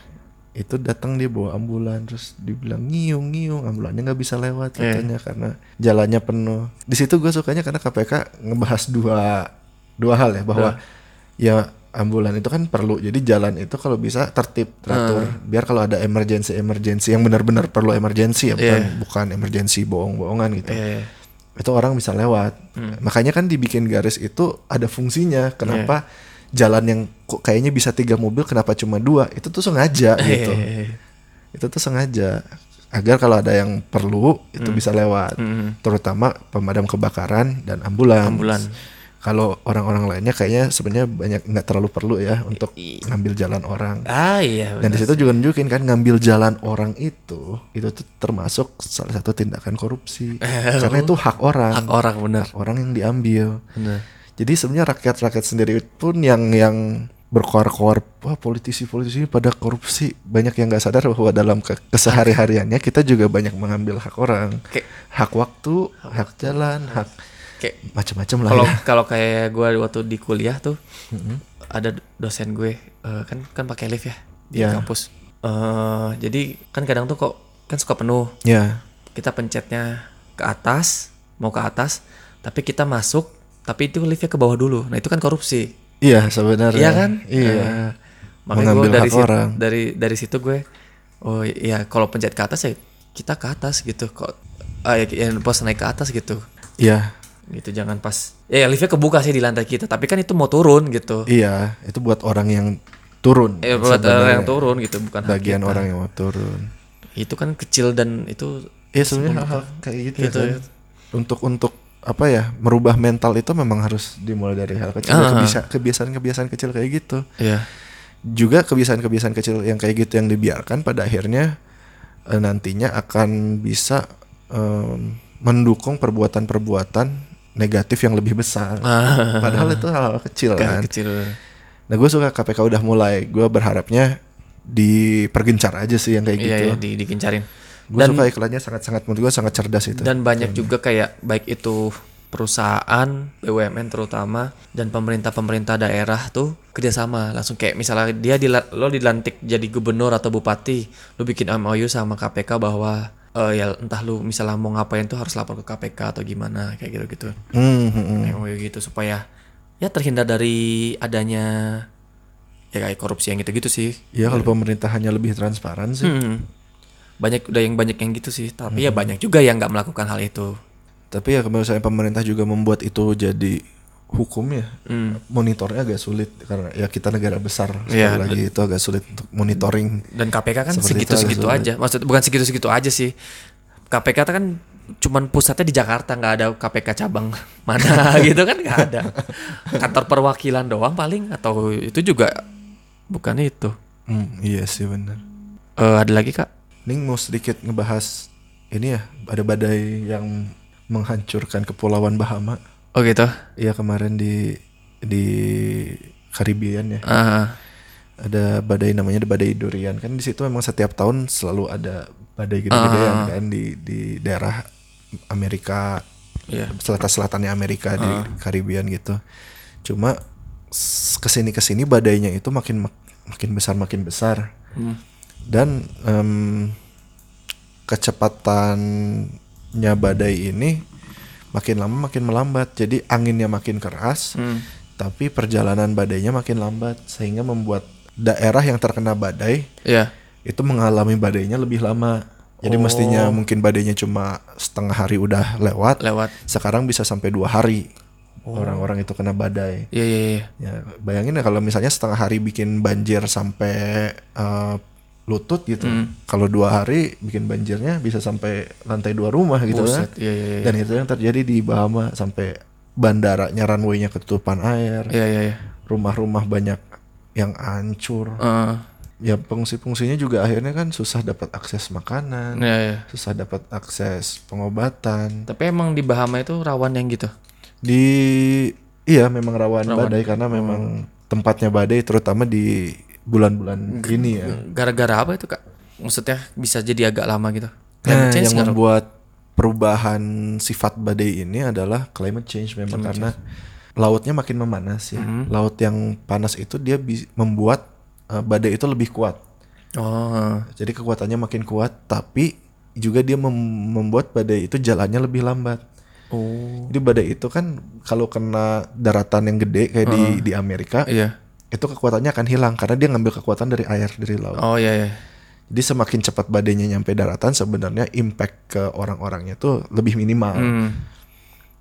Speaker 2: itu datang dia bawa ambulan terus dibilang ngiung ngiung ambulannya nggak bisa lewat
Speaker 1: Iya.
Speaker 2: katanya karena jalannya penuh di situ gue sukanya karena KPK ngebahas dua dua hal ya bahwa ya ambulan itu kan perlu jadi jalan itu kalau bisa tertib teratur biar kalau ada emergency emergency yang benar-benar perlu emergency ya bukan bukan emergency bohong-bohongan gitu
Speaker 1: Iya, iya.
Speaker 2: itu orang bisa lewat.
Speaker 1: Hmm.
Speaker 2: Makanya kan dibikin garis itu ada fungsinya. Kenapa
Speaker 1: Iya.
Speaker 2: jalan yang kok kayaknya bisa tiga mobil kenapa cuma dua? Itu tuh sengaja gitu.
Speaker 1: Iya, iya, iya.
Speaker 2: Itu tuh sengaja agar kalau ada yang perlu itu bisa lewat.
Speaker 1: Hmm.
Speaker 2: Terutama pemadam kebakaran dan ambulans.
Speaker 1: Ambulan.
Speaker 2: Kalau orang-orang lainnya kayaknya sebenarnya banyak nggak terlalu perlu ya untuk
Speaker 1: I-
Speaker 2: ngambil jalan orang.
Speaker 1: Ah iya.
Speaker 2: Dan
Speaker 1: benar.
Speaker 2: di situ juga nunjukin kan ngambil jalan orang itu itu tuh termasuk salah satu tindakan korupsi karena itu hak orang
Speaker 1: Eh, hak orang benar.
Speaker 2: Nah, orang yang diambil.
Speaker 1: Benar.
Speaker 2: Jadi sebenarnya rakyat-rakyat sendiri pun yang yang berkoar-koar wah politisi-politisi ini pada korupsi banyak yang nggak sadar bahwa dalam ke- kesehari-hariannya kita juga banyak mengambil hak orang,
Speaker 1: Kayak-
Speaker 2: hak waktu, hak jalan, hak
Speaker 1: Kayak
Speaker 2: macam-macam lah.
Speaker 1: kalau
Speaker 2: ya.
Speaker 1: kalau kayak gue waktu di kuliah tuh ada dosen gue eh, kan kan pakai lift ya di
Speaker 2: Iya.
Speaker 1: kampus. Eh, jadi kan kadang tuh kok kan suka penuh
Speaker 2: Ya,
Speaker 1: kita pencetnya ke atas mau ke atas tapi kita masuk tapi itu liftnya ke bawah dulu nah itu kan korupsi
Speaker 2: iya sebenarnya.
Speaker 1: iya kan
Speaker 2: Iya.
Speaker 1: Nah, makanya gue
Speaker 2: Mengambil
Speaker 1: dari
Speaker 2: hak
Speaker 1: situ,
Speaker 2: orang.
Speaker 1: dari dari situ gue oh iya kalau pencet ke atas ya kita ke atas gitu kok ah, ya, ya, pas naik ke atas gitu
Speaker 2: Iya.
Speaker 1: gitu jangan pas ya, ya, liftnya kebuka sih di lantai kita tapi kan itu mau turun gitu
Speaker 2: Iya, itu buat orang yang turun.
Speaker 1: ya buat
Speaker 2: Iya, sebenarnya.
Speaker 1: orang yang turun gitu bukan hak
Speaker 2: Bagian
Speaker 1: kita.
Speaker 2: orang yang mau turun.
Speaker 1: itu kan kecil dan itu
Speaker 2: Iya sebenarnya hal-hal kayak gitu,
Speaker 1: Gitu,
Speaker 2: kan.
Speaker 1: gitu.
Speaker 2: Untuk untuk apa ya merubah mental itu memang harus dimulai dari hal kecil
Speaker 1: Ah.
Speaker 2: Kebisa- kebiasaan-kebiasaan kecil kayak gitu
Speaker 1: ya
Speaker 2: juga kebiasaan-kebiasaan kecil yang kayak gitu yang dibiarkan pada akhirnya eh, nantinya akan bisa em, mendukung perbuatan-perbuatan negatif yang lebih besar padahal itu hal, -hal kecil kan
Speaker 1: kecil
Speaker 2: nah gue suka KPK udah mulai gue berharapnya dipergencar aja sih yang kayak
Speaker 1: iya
Speaker 2: gitu
Speaker 1: ya, di, digencarin
Speaker 2: gue
Speaker 1: Dan-
Speaker 2: suka iklannya sangat-sangat menurut gue sangat cerdas itu
Speaker 1: Dan banyak juga kayak baik itu perusahaan BUMN terutama dan pemerintah-pemerintah daerah tuh kerjasama langsung kayak misalnya dia dila- lo dilantik jadi gubernur atau bupati lo bikin MOU sama KPK bahwa eh, ya entah lo misalnya mau ngapain tuh harus lapor ke KPK atau gimana kayak gitu gitu
Speaker 2: Hmm, hmm, hmm.
Speaker 1: MOU gitu supaya ya terhindar dari adanya ya kayak korupsi yang gitu-gitu sih
Speaker 2: Iya kalau pemerintahannya lebih transparan sih.
Speaker 1: Hmm. banyak udah yang banyak yang gitu sih tapi ya banyak juga yang nggak melakukan hal itu
Speaker 2: Tapi ya kalau misalnya pemerintah juga membuat itu jadi hukum ya,
Speaker 1: Hmm.
Speaker 2: monitornya agak sulit karena ya kita negara besar sekali
Speaker 1: Iya.
Speaker 2: lagi itu agak sulit untuk monitoring.
Speaker 1: dan KPK kan
Speaker 2: Seperti itu
Speaker 1: segitu-segitu
Speaker 2: agak
Speaker 1: aja. Maksud bukan segitu-segitu aja sih. KPK tuh kan cuman pusatnya di Jakarta nggak ada KPK cabang mana gitu kan nggak ada. Kantor perwakilan doang paling atau itu juga bukan itu.
Speaker 2: Hmm, iya sih benar.
Speaker 1: Eh ada lagi Kak?
Speaker 2: Ning mau sedikit ngebahas ini ya ada badai yang menghancurkan kepulauan Bahama.
Speaker 1: Oh gitu.
Speaker 2: Iya kemarin di di Karibian ya.
Speaker 1: Ah,
Speaker 2: ada badai namanya ada badai durian kan di situ memang setiap tahun selalu ada badai gede-gedean kan di di daerah Amerika
Speaker 1: Iya.
Speaker 2: selatan selatannya Amerika di Karibian gitu cuma s- kesini kesini badainya itu makin mak- makin besar makin besar dan em, kecepatannya badai ini makin lama makin melambat jadi anginnya makin
Speaker 1: Hmm.
Speaker 2: keras tapi perjalanan badainya makin lambat sehingga membuat daerah yang terkena badai
Speaker 1: Iya.
Speaker 2: itu mengalami badainya lebih lama jadi mestinya mungkin badainya cuma setengah hari udah lewat
Speaker 1: Lewat.
Speaker 2: sekarang bisa sampai dua hari orang-orang itu kena badai
Speaker 1: Iya iya iya.
Speaker 2: ya bayangin ya kalau misalnya setengah hari bikin banjir sampai eh, lutut gitu kalau dua hari bikin banjirnya bisa sampai lantai dua rumah gitu kan
Speaker 1: Buset, Iya iya iya.
Speaker 2: dan itu yang terjadi di Bahama sampai bandaranya runway-nya ketutupan air
Speaker 1: Iya iya iya.
Speaker 2: rumah-rumah banyak yang hancur
Speaker 1: Eh,
Speaker 2: ya fungsi-fungsinya juga akhirnya kan susah dapat akses makanan
Speaker 1: iya, iya.
Speaker 2: susah dapat akses pengobatan
Speaker 1: Tapi emang di Bahama itu rawan yang gitu.
Speaker 2: di iya memang rawan, badai karena memang tempatnya badai terutama di bulan-bulan ini ya
Speaker 1: Gara-gara apa itu Kak? maksudnya bisa jadi agak lama gitu
Speaker 2: Nah,
Speaker 1: Climate change
Speaker 2: yang
Speaker 1: ngaruh.
Speaker 2: membuat perubahan sifat badai ini adalah climate change memang karena lautnya makin memanas ya. Laut yang panas itu dia bi- membuat eh, badai itu lebih kuat.
Speaker 1: oh
Speaker 2: Jadi kekuatannya makin kuat, tapi juga dia mem- membuat badai itu jalannya lebih lambat.
Speaker 1: oh
Speaker 2: Jadi badai itu kan kalau kena daratan yang gede kayak di di Amerika,
Speaker 1: iya
Speaker 2: itu kekuatannya akan hilang karena dia ngambil kekuatan dari air dari laut.
Speaker 1: oh iya, iya.
Speaker 2: Jadi semakin cepat badainya nyampe daratan sebenarnya impact ke orang-orangnya tuh lebih minimal.
Speaker 1: Hmm,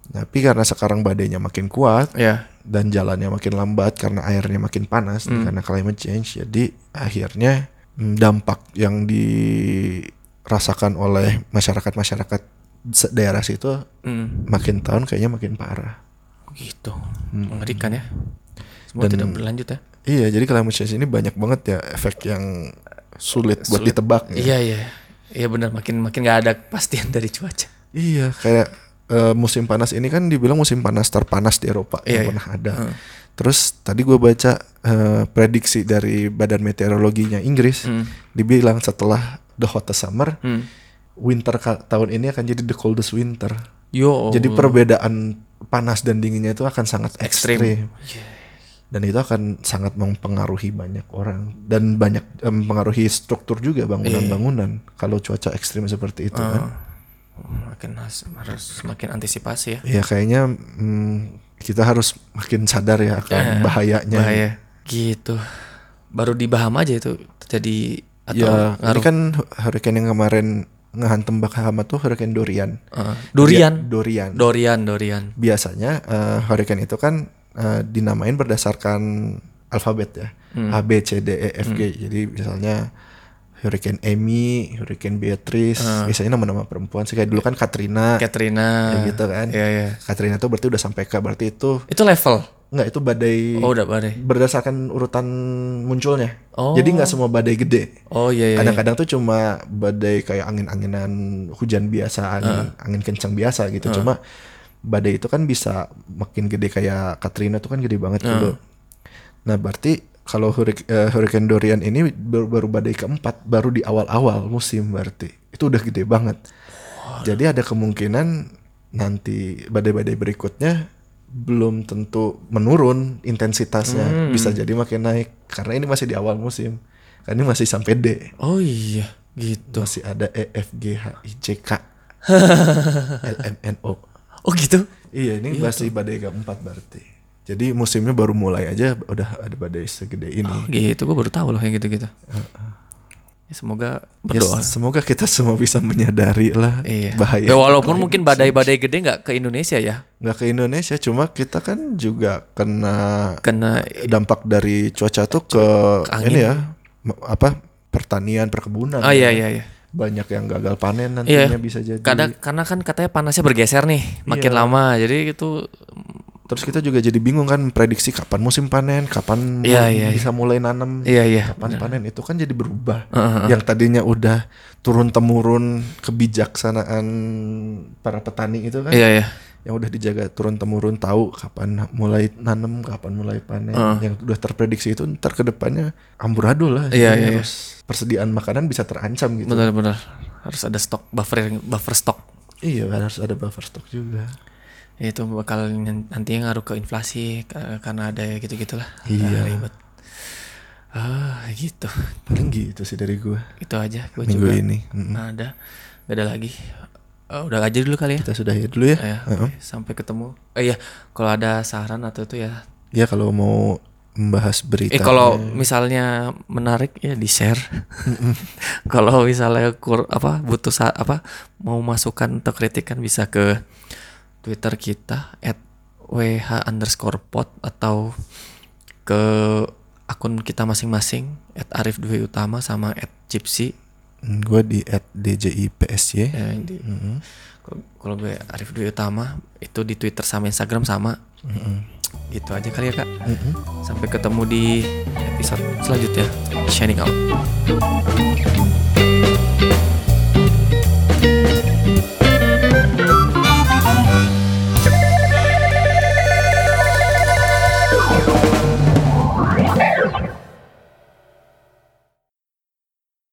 Speaker 2: Tapi karena sekarang badainya makin kuat
Speaker 1: iya.
Speaker 2: dan jalannya makin lambat karena airnya makin panas nih, karena climate change, jadi akhirnya mm, dampak yang dirasakan oleh masyarakat-masyarakat se- daerah situ
Speaker 1: Hmm,
Speaker 2: makin tahun kayaknya makin parah.
Speaker 1: gitu mengerikan ya semua tidak berlanjut ya
Speaker 2: Iya, jadi climate change ini banyak banget ya efek yang sulit, buat ditebak. ya.
Speaker 1: iya iya iya benar makin makin nggak ada kepastian dari cuaca
Speaker 2: Iya, kayak eh, musim panas ini kan dibilang musim panas terpanas di Eropa yang
Speaker 1: Iya, iya.
Speaker 2: pernah ada. Terus tadi gua baca eh, prediksi dari Badan Meteorologinya Inggris, dibilang setelah the hottest summer,
Speaker 1: Hmm.
Speaker 2: winter ka- tahun ini akan jadi the coldest winter.
Speaker 1: yo
Speaker 2: Jadi perbedaan panas dan dinginnya itu akan sangat ekstrim.
Speaker 1: Iya.
Speaker 2: Dan itu akan sangat mempengaruhi banyak orang dan banyak eh, mempengaruhi struktur juga
Speaker 1: Iya.
Speaker 2: bangunan-bangunan kalau cuaca ekstrim seperti itu kan.
Speaker 1: makin has- harus makin antisipasi ya
Speaker 2: Ya kayaknya mm, kita harus makin sadar ya akan bahayanya.
Speaker 1: Eh, bahaya gitu baru di Bahama aja itu terjadi atau
Speaker 2: Ya, ini
Speaker 1: ngaruh
Speaker 2: kan hurricane yang kemarin ngehantem Bahama tuh hurricane Dorian.
Speaker 1: Eh, durian
Speaker 2: Dia- Dorian.
Speaker 1: dorian dorian
Speaker 2: Biasanya eh, hurricane itu kan eh, dinamain berdasarkan alfabet ya.
Speaker 1: Hmm.
Speaker 2: A B C D E F G. Jadi misalnya hurricane Amy, hurricane Beatrice, biasanya nama-nama perempuan sih kayak dulu kan
Speaker 1: Eh.
Speaker 2: Katrina
Speaker 1: Katrina
Speaker 2: kayak gitu kan.
Speaker 1: Iya, iya.
Speaker 2: Katrina tuh berarti udah sampai ke berarti itu
Speaker 1: itu level
Speaker 2: enggak itu badai
Speaker 1: oh udah badai
Speaker 2: berdasarkan urutan munculnya.
Speaker 1: Oh.
Speaker 2: Jadi nggak semua badai gede.
Speaker 1: oh iya iya
Speaker 2: Kadang-kadang tuh cuma badai kayak angin-anginan hujan biasa, angin, angin kencang biasa gitu. Cuma badai itu kan bisa makin gede kayak Katrina tuh kan gede banget dulu. Nah berarti kalau hurik- eh, Hurricane Dorian ini baru, baru badai keempat, baru di awal-awal musim berarti itu udah gede banget. Jadi ada kemungkinan nanti badai-badai berikutnya belum tentu menurun
Speaker 1: Hmm.
Speaker 2: intensitasnya, bisa jadi makin naik karena ini masih di awal musim. Karena ini masih sampai D,
Speaker 1: oh iya gitu
Speaker 2: masih ada E F G H I J K L M N O.
Speaker 1: oh gitu
Speaker 2: Iya, ini masih badai keempat berarti. Jadi musimnya baru mulai aja udah ada badai segede ini.
Speaker 1: Oh, gitu gue baru tahu loh yang gitu-gitu. Ya, semoga
Speaker 2: Ya,
Speaker 1: berdoa.
Speaker 2: semoga kita semua bisa menyadari lah
Speaker 1: Iya.
Speaker 2: bahaya.
Speaker 1: Ya, walaupun mungkin badai-badai gede nggak ke Indonesia ya,
Speaker 2: nggak ke Indonesia, cuma kita kan juga kena
Speaker 1: kena
Speaker 2: dampak dari cuaca tuh ke,
Speaker 1: angin.
Speaker 2: ini ya m- apa pertanian perkebunan. ya.
Speaker 1: Ah iya iya iya.
Speaker 2: Banyak yang gagal panen nantinya
Speaker 1: Iya.
Speaker 2: bisa jadi.
Speaker 1: Karena karena kan katanya panasnya bergeser nih, makin lama. Jadi itu
Speaker 2: Terus kita juga jadi bingung kan prediksi kapan musim panen, kapan mu-
Speaker 1: Iya, iya,
Speaker 2: bisa mulai nanam.
Speaker 1: iya iya.
Speaker 2: Kapan panen itu kan jadi berubah.
Speaker 1: Heeh.
Speaker 2: Yang tadinya udah turun temurun kebijaksanaan para petani itu kan
Speaker 1: Iya iya.
Speaker 2: yang udah dijaga turun temurun tahu kapan mulai nanam, kapan mulai panen. Yang udah terprediksi itu ntar ke depannya amburadul lah.
Speaker 1: Iya,
Speaker 2: Jadi
Speaker 1: iya,
Speaker 2: harus persediaan makanan bisa terancam gitu.
Speaker 1: Benar-benar harus ada stok buffer buffer stok.
Speaker 2: Iya, harus ada buffer stock juga.
Speaker 1: Itu bakal n- nantinya ngaruh ke inflasi ka- karena ada ya gitu-gitulah.
Speaker 2: Iya.
Speaker 1: Ah, ribet. Ah, gitu.
Speaker 2: Paling gitu sih dari gua
Speaker 1: Itu aja gue
Speaker 2: minggu
Speaker 1: juga.
Speaker 2: ini. Mm-mm.
Speaker 1: Nah, ada. Gak ada lagi. Eh, udah aja dulu kali ya.
Speaker 2: Kita sudahi dulu ya.
Speaker 1: Ya,
Speaker 2: Heeh.
Speaker 1: sampai ketemu. Eh iya, kalau ada saran atau itu ya.
Speaker 2: Ya kalau mau membahas berita.
Speaker 1: Eh kalau misalnya menarik ya di-share. kalau misalnya kur apa butuh sa- apa mau masukan atau kritikan bisa ke Twitter kita @wh underscore pod atau ke akun kita masing-masing @arif Dwi Utama sama @gypsy
Speaker 2: gue Hmm, di at DJIPSY.
Speaker 1: Ya, di- kalau- Kalau gue Arif Dwi Utama itu di Twitter sama Instagram sama. Gitu aja kali ya kak. Sampai ketemu di episode selanjutnya. Shining out.
Speaker 2: Bye.